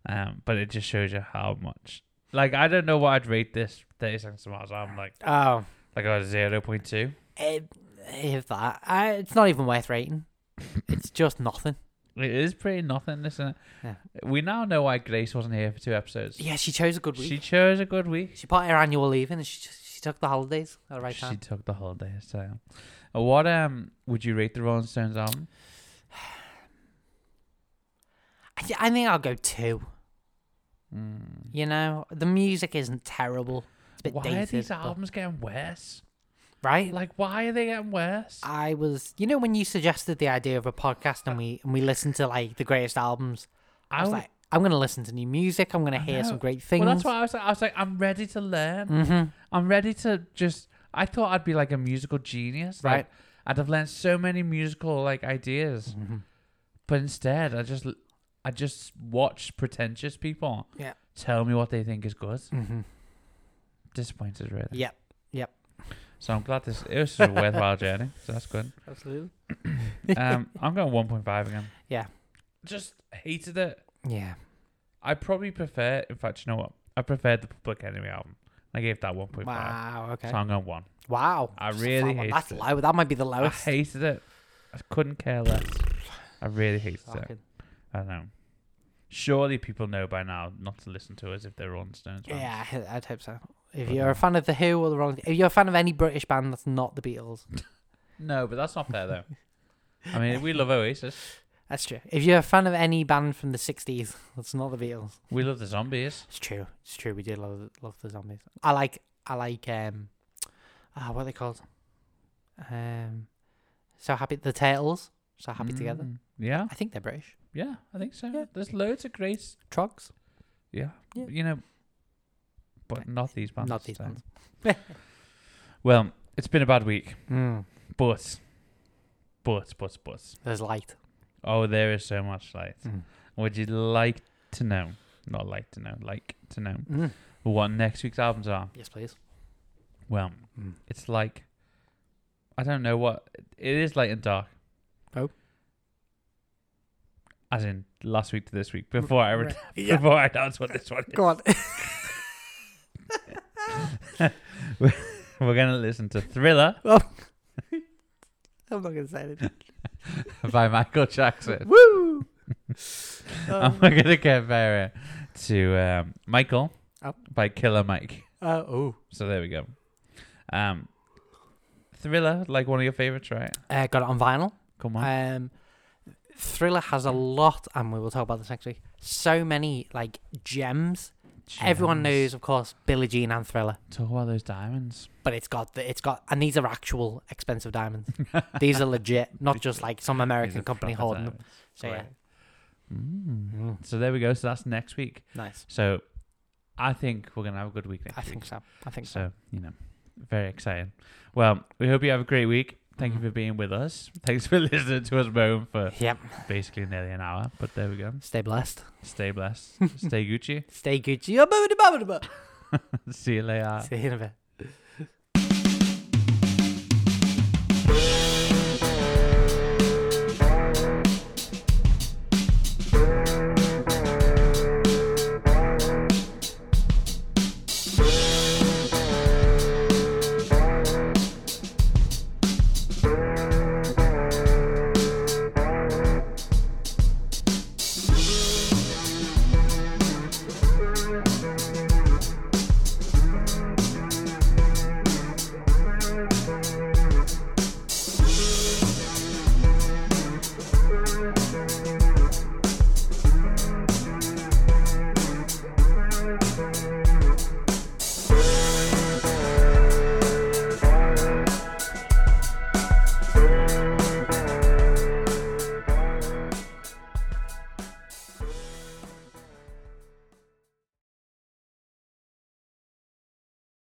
[SPEAKER 1] Um, but it just shows you how much. Like, I don't know what I'd rate this 30 Seconds to Mars album. Like,
[SPEAKER 2] oh,
[SPEAKER 1] like a 0.2.
[SPEAKER 2] it, if that, I, it's not even worth rating. it's just nothing.
[SPEAKER 1] It is pretty nothing, isn't it?
[SPEAKER 2] Yeah.
[SPEAKER 1] We now know why Grace wasn't here for two episodes.
[SPEAKER 2] Yeah, she chose a good week.
[SPEAKER 1] She chose a good week.
[SPEAKER 2] She put her annual leave in and she she took the holidays at the right
[SPEAKER 1] she
[SPEAKER 2] time.
[SPEAKER 1] took the holidays. So, Uh, what um would you rate the Rolling Stones album?
[SPEAKER 2] I, thi- I think I'll go two.
[SPEAKER 1] Mm.
[SPEAKER 2] You know, the music isn't terrible. It's a bit
[SPEAKER 1] Why are
[SPEAKER 2] dated,
[SPEAKER 1] these
[SPEAKER 2] but-
[SPEAKER 1] albums getting worse?
[SPEAKER 2] right?
[SPEAKER 1] Like, why are they getting worse?
[SPEAKER 2] I was, you know, when you suggested the idea of a podcast and we and we listened to like the greatest albums, I was
[SPEAKER 1] would-
[SPEAKER 2] like, I'm gonna listen to new music. I'm gonna hear
[SPEAKER 1] know.
[SPEAKER 2] some great things. Mm. Mm-hmm.
[SPEAKER 1] Well, that's why I was like, I was like, I'm ready to learn. I'm ready to just. I thought I'd be like a musical genius, like,
[SPEAKER 2] Right. Mm.
[SPEAKER 1] I'd have learned so many musical like ideas,
[SPEAKER 2] Mm-hmm.
[SPEAKER 1] but instead, I just, I just watch pretentious people
[SPEAKER 2] Yeah.
[SPEAKER 1] tell me what they think is good.
[SPEAKER 2] Mm-hmm.
[SPEAKER 1] Disappointed, really.
[SPEAKER 2] Yep. Yep.
[SPEAKER 1] So I'm glad this. It was a worthwhile journey. So that's good.
[SPEAKER 2] Absolutely.
[SPEAKER 1] Um, I'm going 1.5 again.
[SPEAKER 2] Yeah.
[SPEAKER 1] Just hated it.
[SPEAKER 2] Yeah.
[SPEAKER 1] I probably prefer. In fact, you know what? I preferred the Public Enemy album. I gave that 1.5.
[SPEAKER 2] Wow. Okay.
[SPEAKER 1] uh, So I'm going one.
[SPEAKER 2] wow.
[SPEAKER 1] I
[SPEAKER 2] That's a
[SPEAKER 1] really
[SPEAKER 2] flat one.
[SPEAKER 1] hated
[SPEAKER 2] That's
[SPEAKER 1] it.
[SPEAKER 2] low. That might be the
[SPEAKER 1] I
[SPEAKER 2] lowest.
[SPEAKER 1] hated it. I couldn't care less. I really hated it.
[SPEAKER 2] Fucking-
[SPEAKER 1] I don't know. Surely people know by now not to listen to us if they're on Stones. fans.
[SPEAKER 2] Yeah, I- I'd hope so. If
[SPEAKER 1] But uh,
[SPEAKER 2] you're a fan of the Who or the Rolling, if you're a fan of any British band that's not the Beatles,
[SPEAKER 1] No, but that's not fair though. I mean, we love Oasis.
[SPEAKER 2] that's true. If you're a fan of any band from the '60s that's not the Beatles,
[SPEAKER 1] We love the Zombies.
[SPEAKER 2] It's true. It's true. We do love love the zombies. I like I like um ah what are they called? Um So Happy the Turtles. So Happy Together.
[SPEAKER 1] Mm. Yeah,
[SPEAKER 2] I think they're British.
[SPEAKER 1] yeah, I think so.
[SPEAKER 2] Yeah.
[SPEAKER 1] There's loads of great.
[SPEAKER 2] Trogs?
[SPEAKER 1] Yeah,
[SPEAKER 2] Yeah.
[SPEAKER 1] you know, but not these bands.
[SPEAKER 2] Not these
[SPEAKER 1] so.
[SPEAKER 2] ones.
[SPEAKER 1] Well, it's been a bad week,
[SPEAKER 2] Mm.
[SPEAKER 1] but, but, but, but.
[SPEAKER 2] There's light.
[SPEAKER 1] Oh, there is so much light.
[SPEAKER 2] Mm.
[SPEAKER 1] Would you like to know? Not like to know, like to know
[SPEAKER 2] Mm.
[SPEAKER 1] what next week's albums are.
[SPEAKER 2] Yes, please.
[SPEAKER 1] Well,
[SPEAKER 2] Mm.
[SPEAKER 1] it's like I don't know what it is light and dark.
[SPEAKER 2] Oh.
[SPEAKER 1] As in last week to this week before I re-
[SPEAKER 2] Right. Yeah.
[SPEAKER 1] before I announce what this one is.
[SPEAKER 2] Go on.
[SPEAKER 1] We're gonna listen to Thriller
[SPEAKER 2] I'm not gonna say anything.
[SPEAKER 1] by Michael Jackson.
[SPEAKER 2] Woo!
[SPEAKER 1] and
[SPEAKER 2] Um,
[SPEAKER 1] we're gonna compare it to um, Michael
[SPEAKER 2] Oh.
[SPEAKER 1] by Killer Mike.
[SPEAKER 2] uh, oh.
[SPEAKER 1] So there we go. Um, Thriller, like one of your favorites, right?
[SPEAKER 2] Uh, got it on vinyl.
[SPEAKER 1] Come on.
[SPEAKER 2] Um, Thriller has a lot, and we will talk about this next week. So many like gems. Everyone
[SPEAKER 1] Gems.
[SPEAKER 2] knows, of course, Billie Jean and Thriller,
[SPEAKER 1] Talk about those diamonds.
[SPEAKER 2] but it's got the, it's got, and these are actual expensive diamonds. these are legit, not just like some American company holding them. So yeah,
[SPEAKER 1] Mm. So there we go. So that's next week.
[SPEAKER 2] nice.
[SPEAKER 1] So I think we're gonna have a good week next
[SPEAKER 2] I
[SPEAKER 1] week.
[SPEAKER 2] think so. I think so.
[SPEAKER 1] So you know, very exciting. Well, we hope you have a great week. Thank you
[SPEAKER 2] Mhm.
[SPEAKER 1] for being with us. Thanks for listening to us moan for
[SPEAKER 2] Yep.
[SPEAKER 1] basically nearly an hour. But there we go.
[SPEAKER 2] Stay blessed.
[SPEAKER 1] Stay blessed. Stay Gucci.
[SPEAKER 2] Stay Gucci.
[SPEAKER 1] See you later.
[SPEAKER 2] See you in a bit.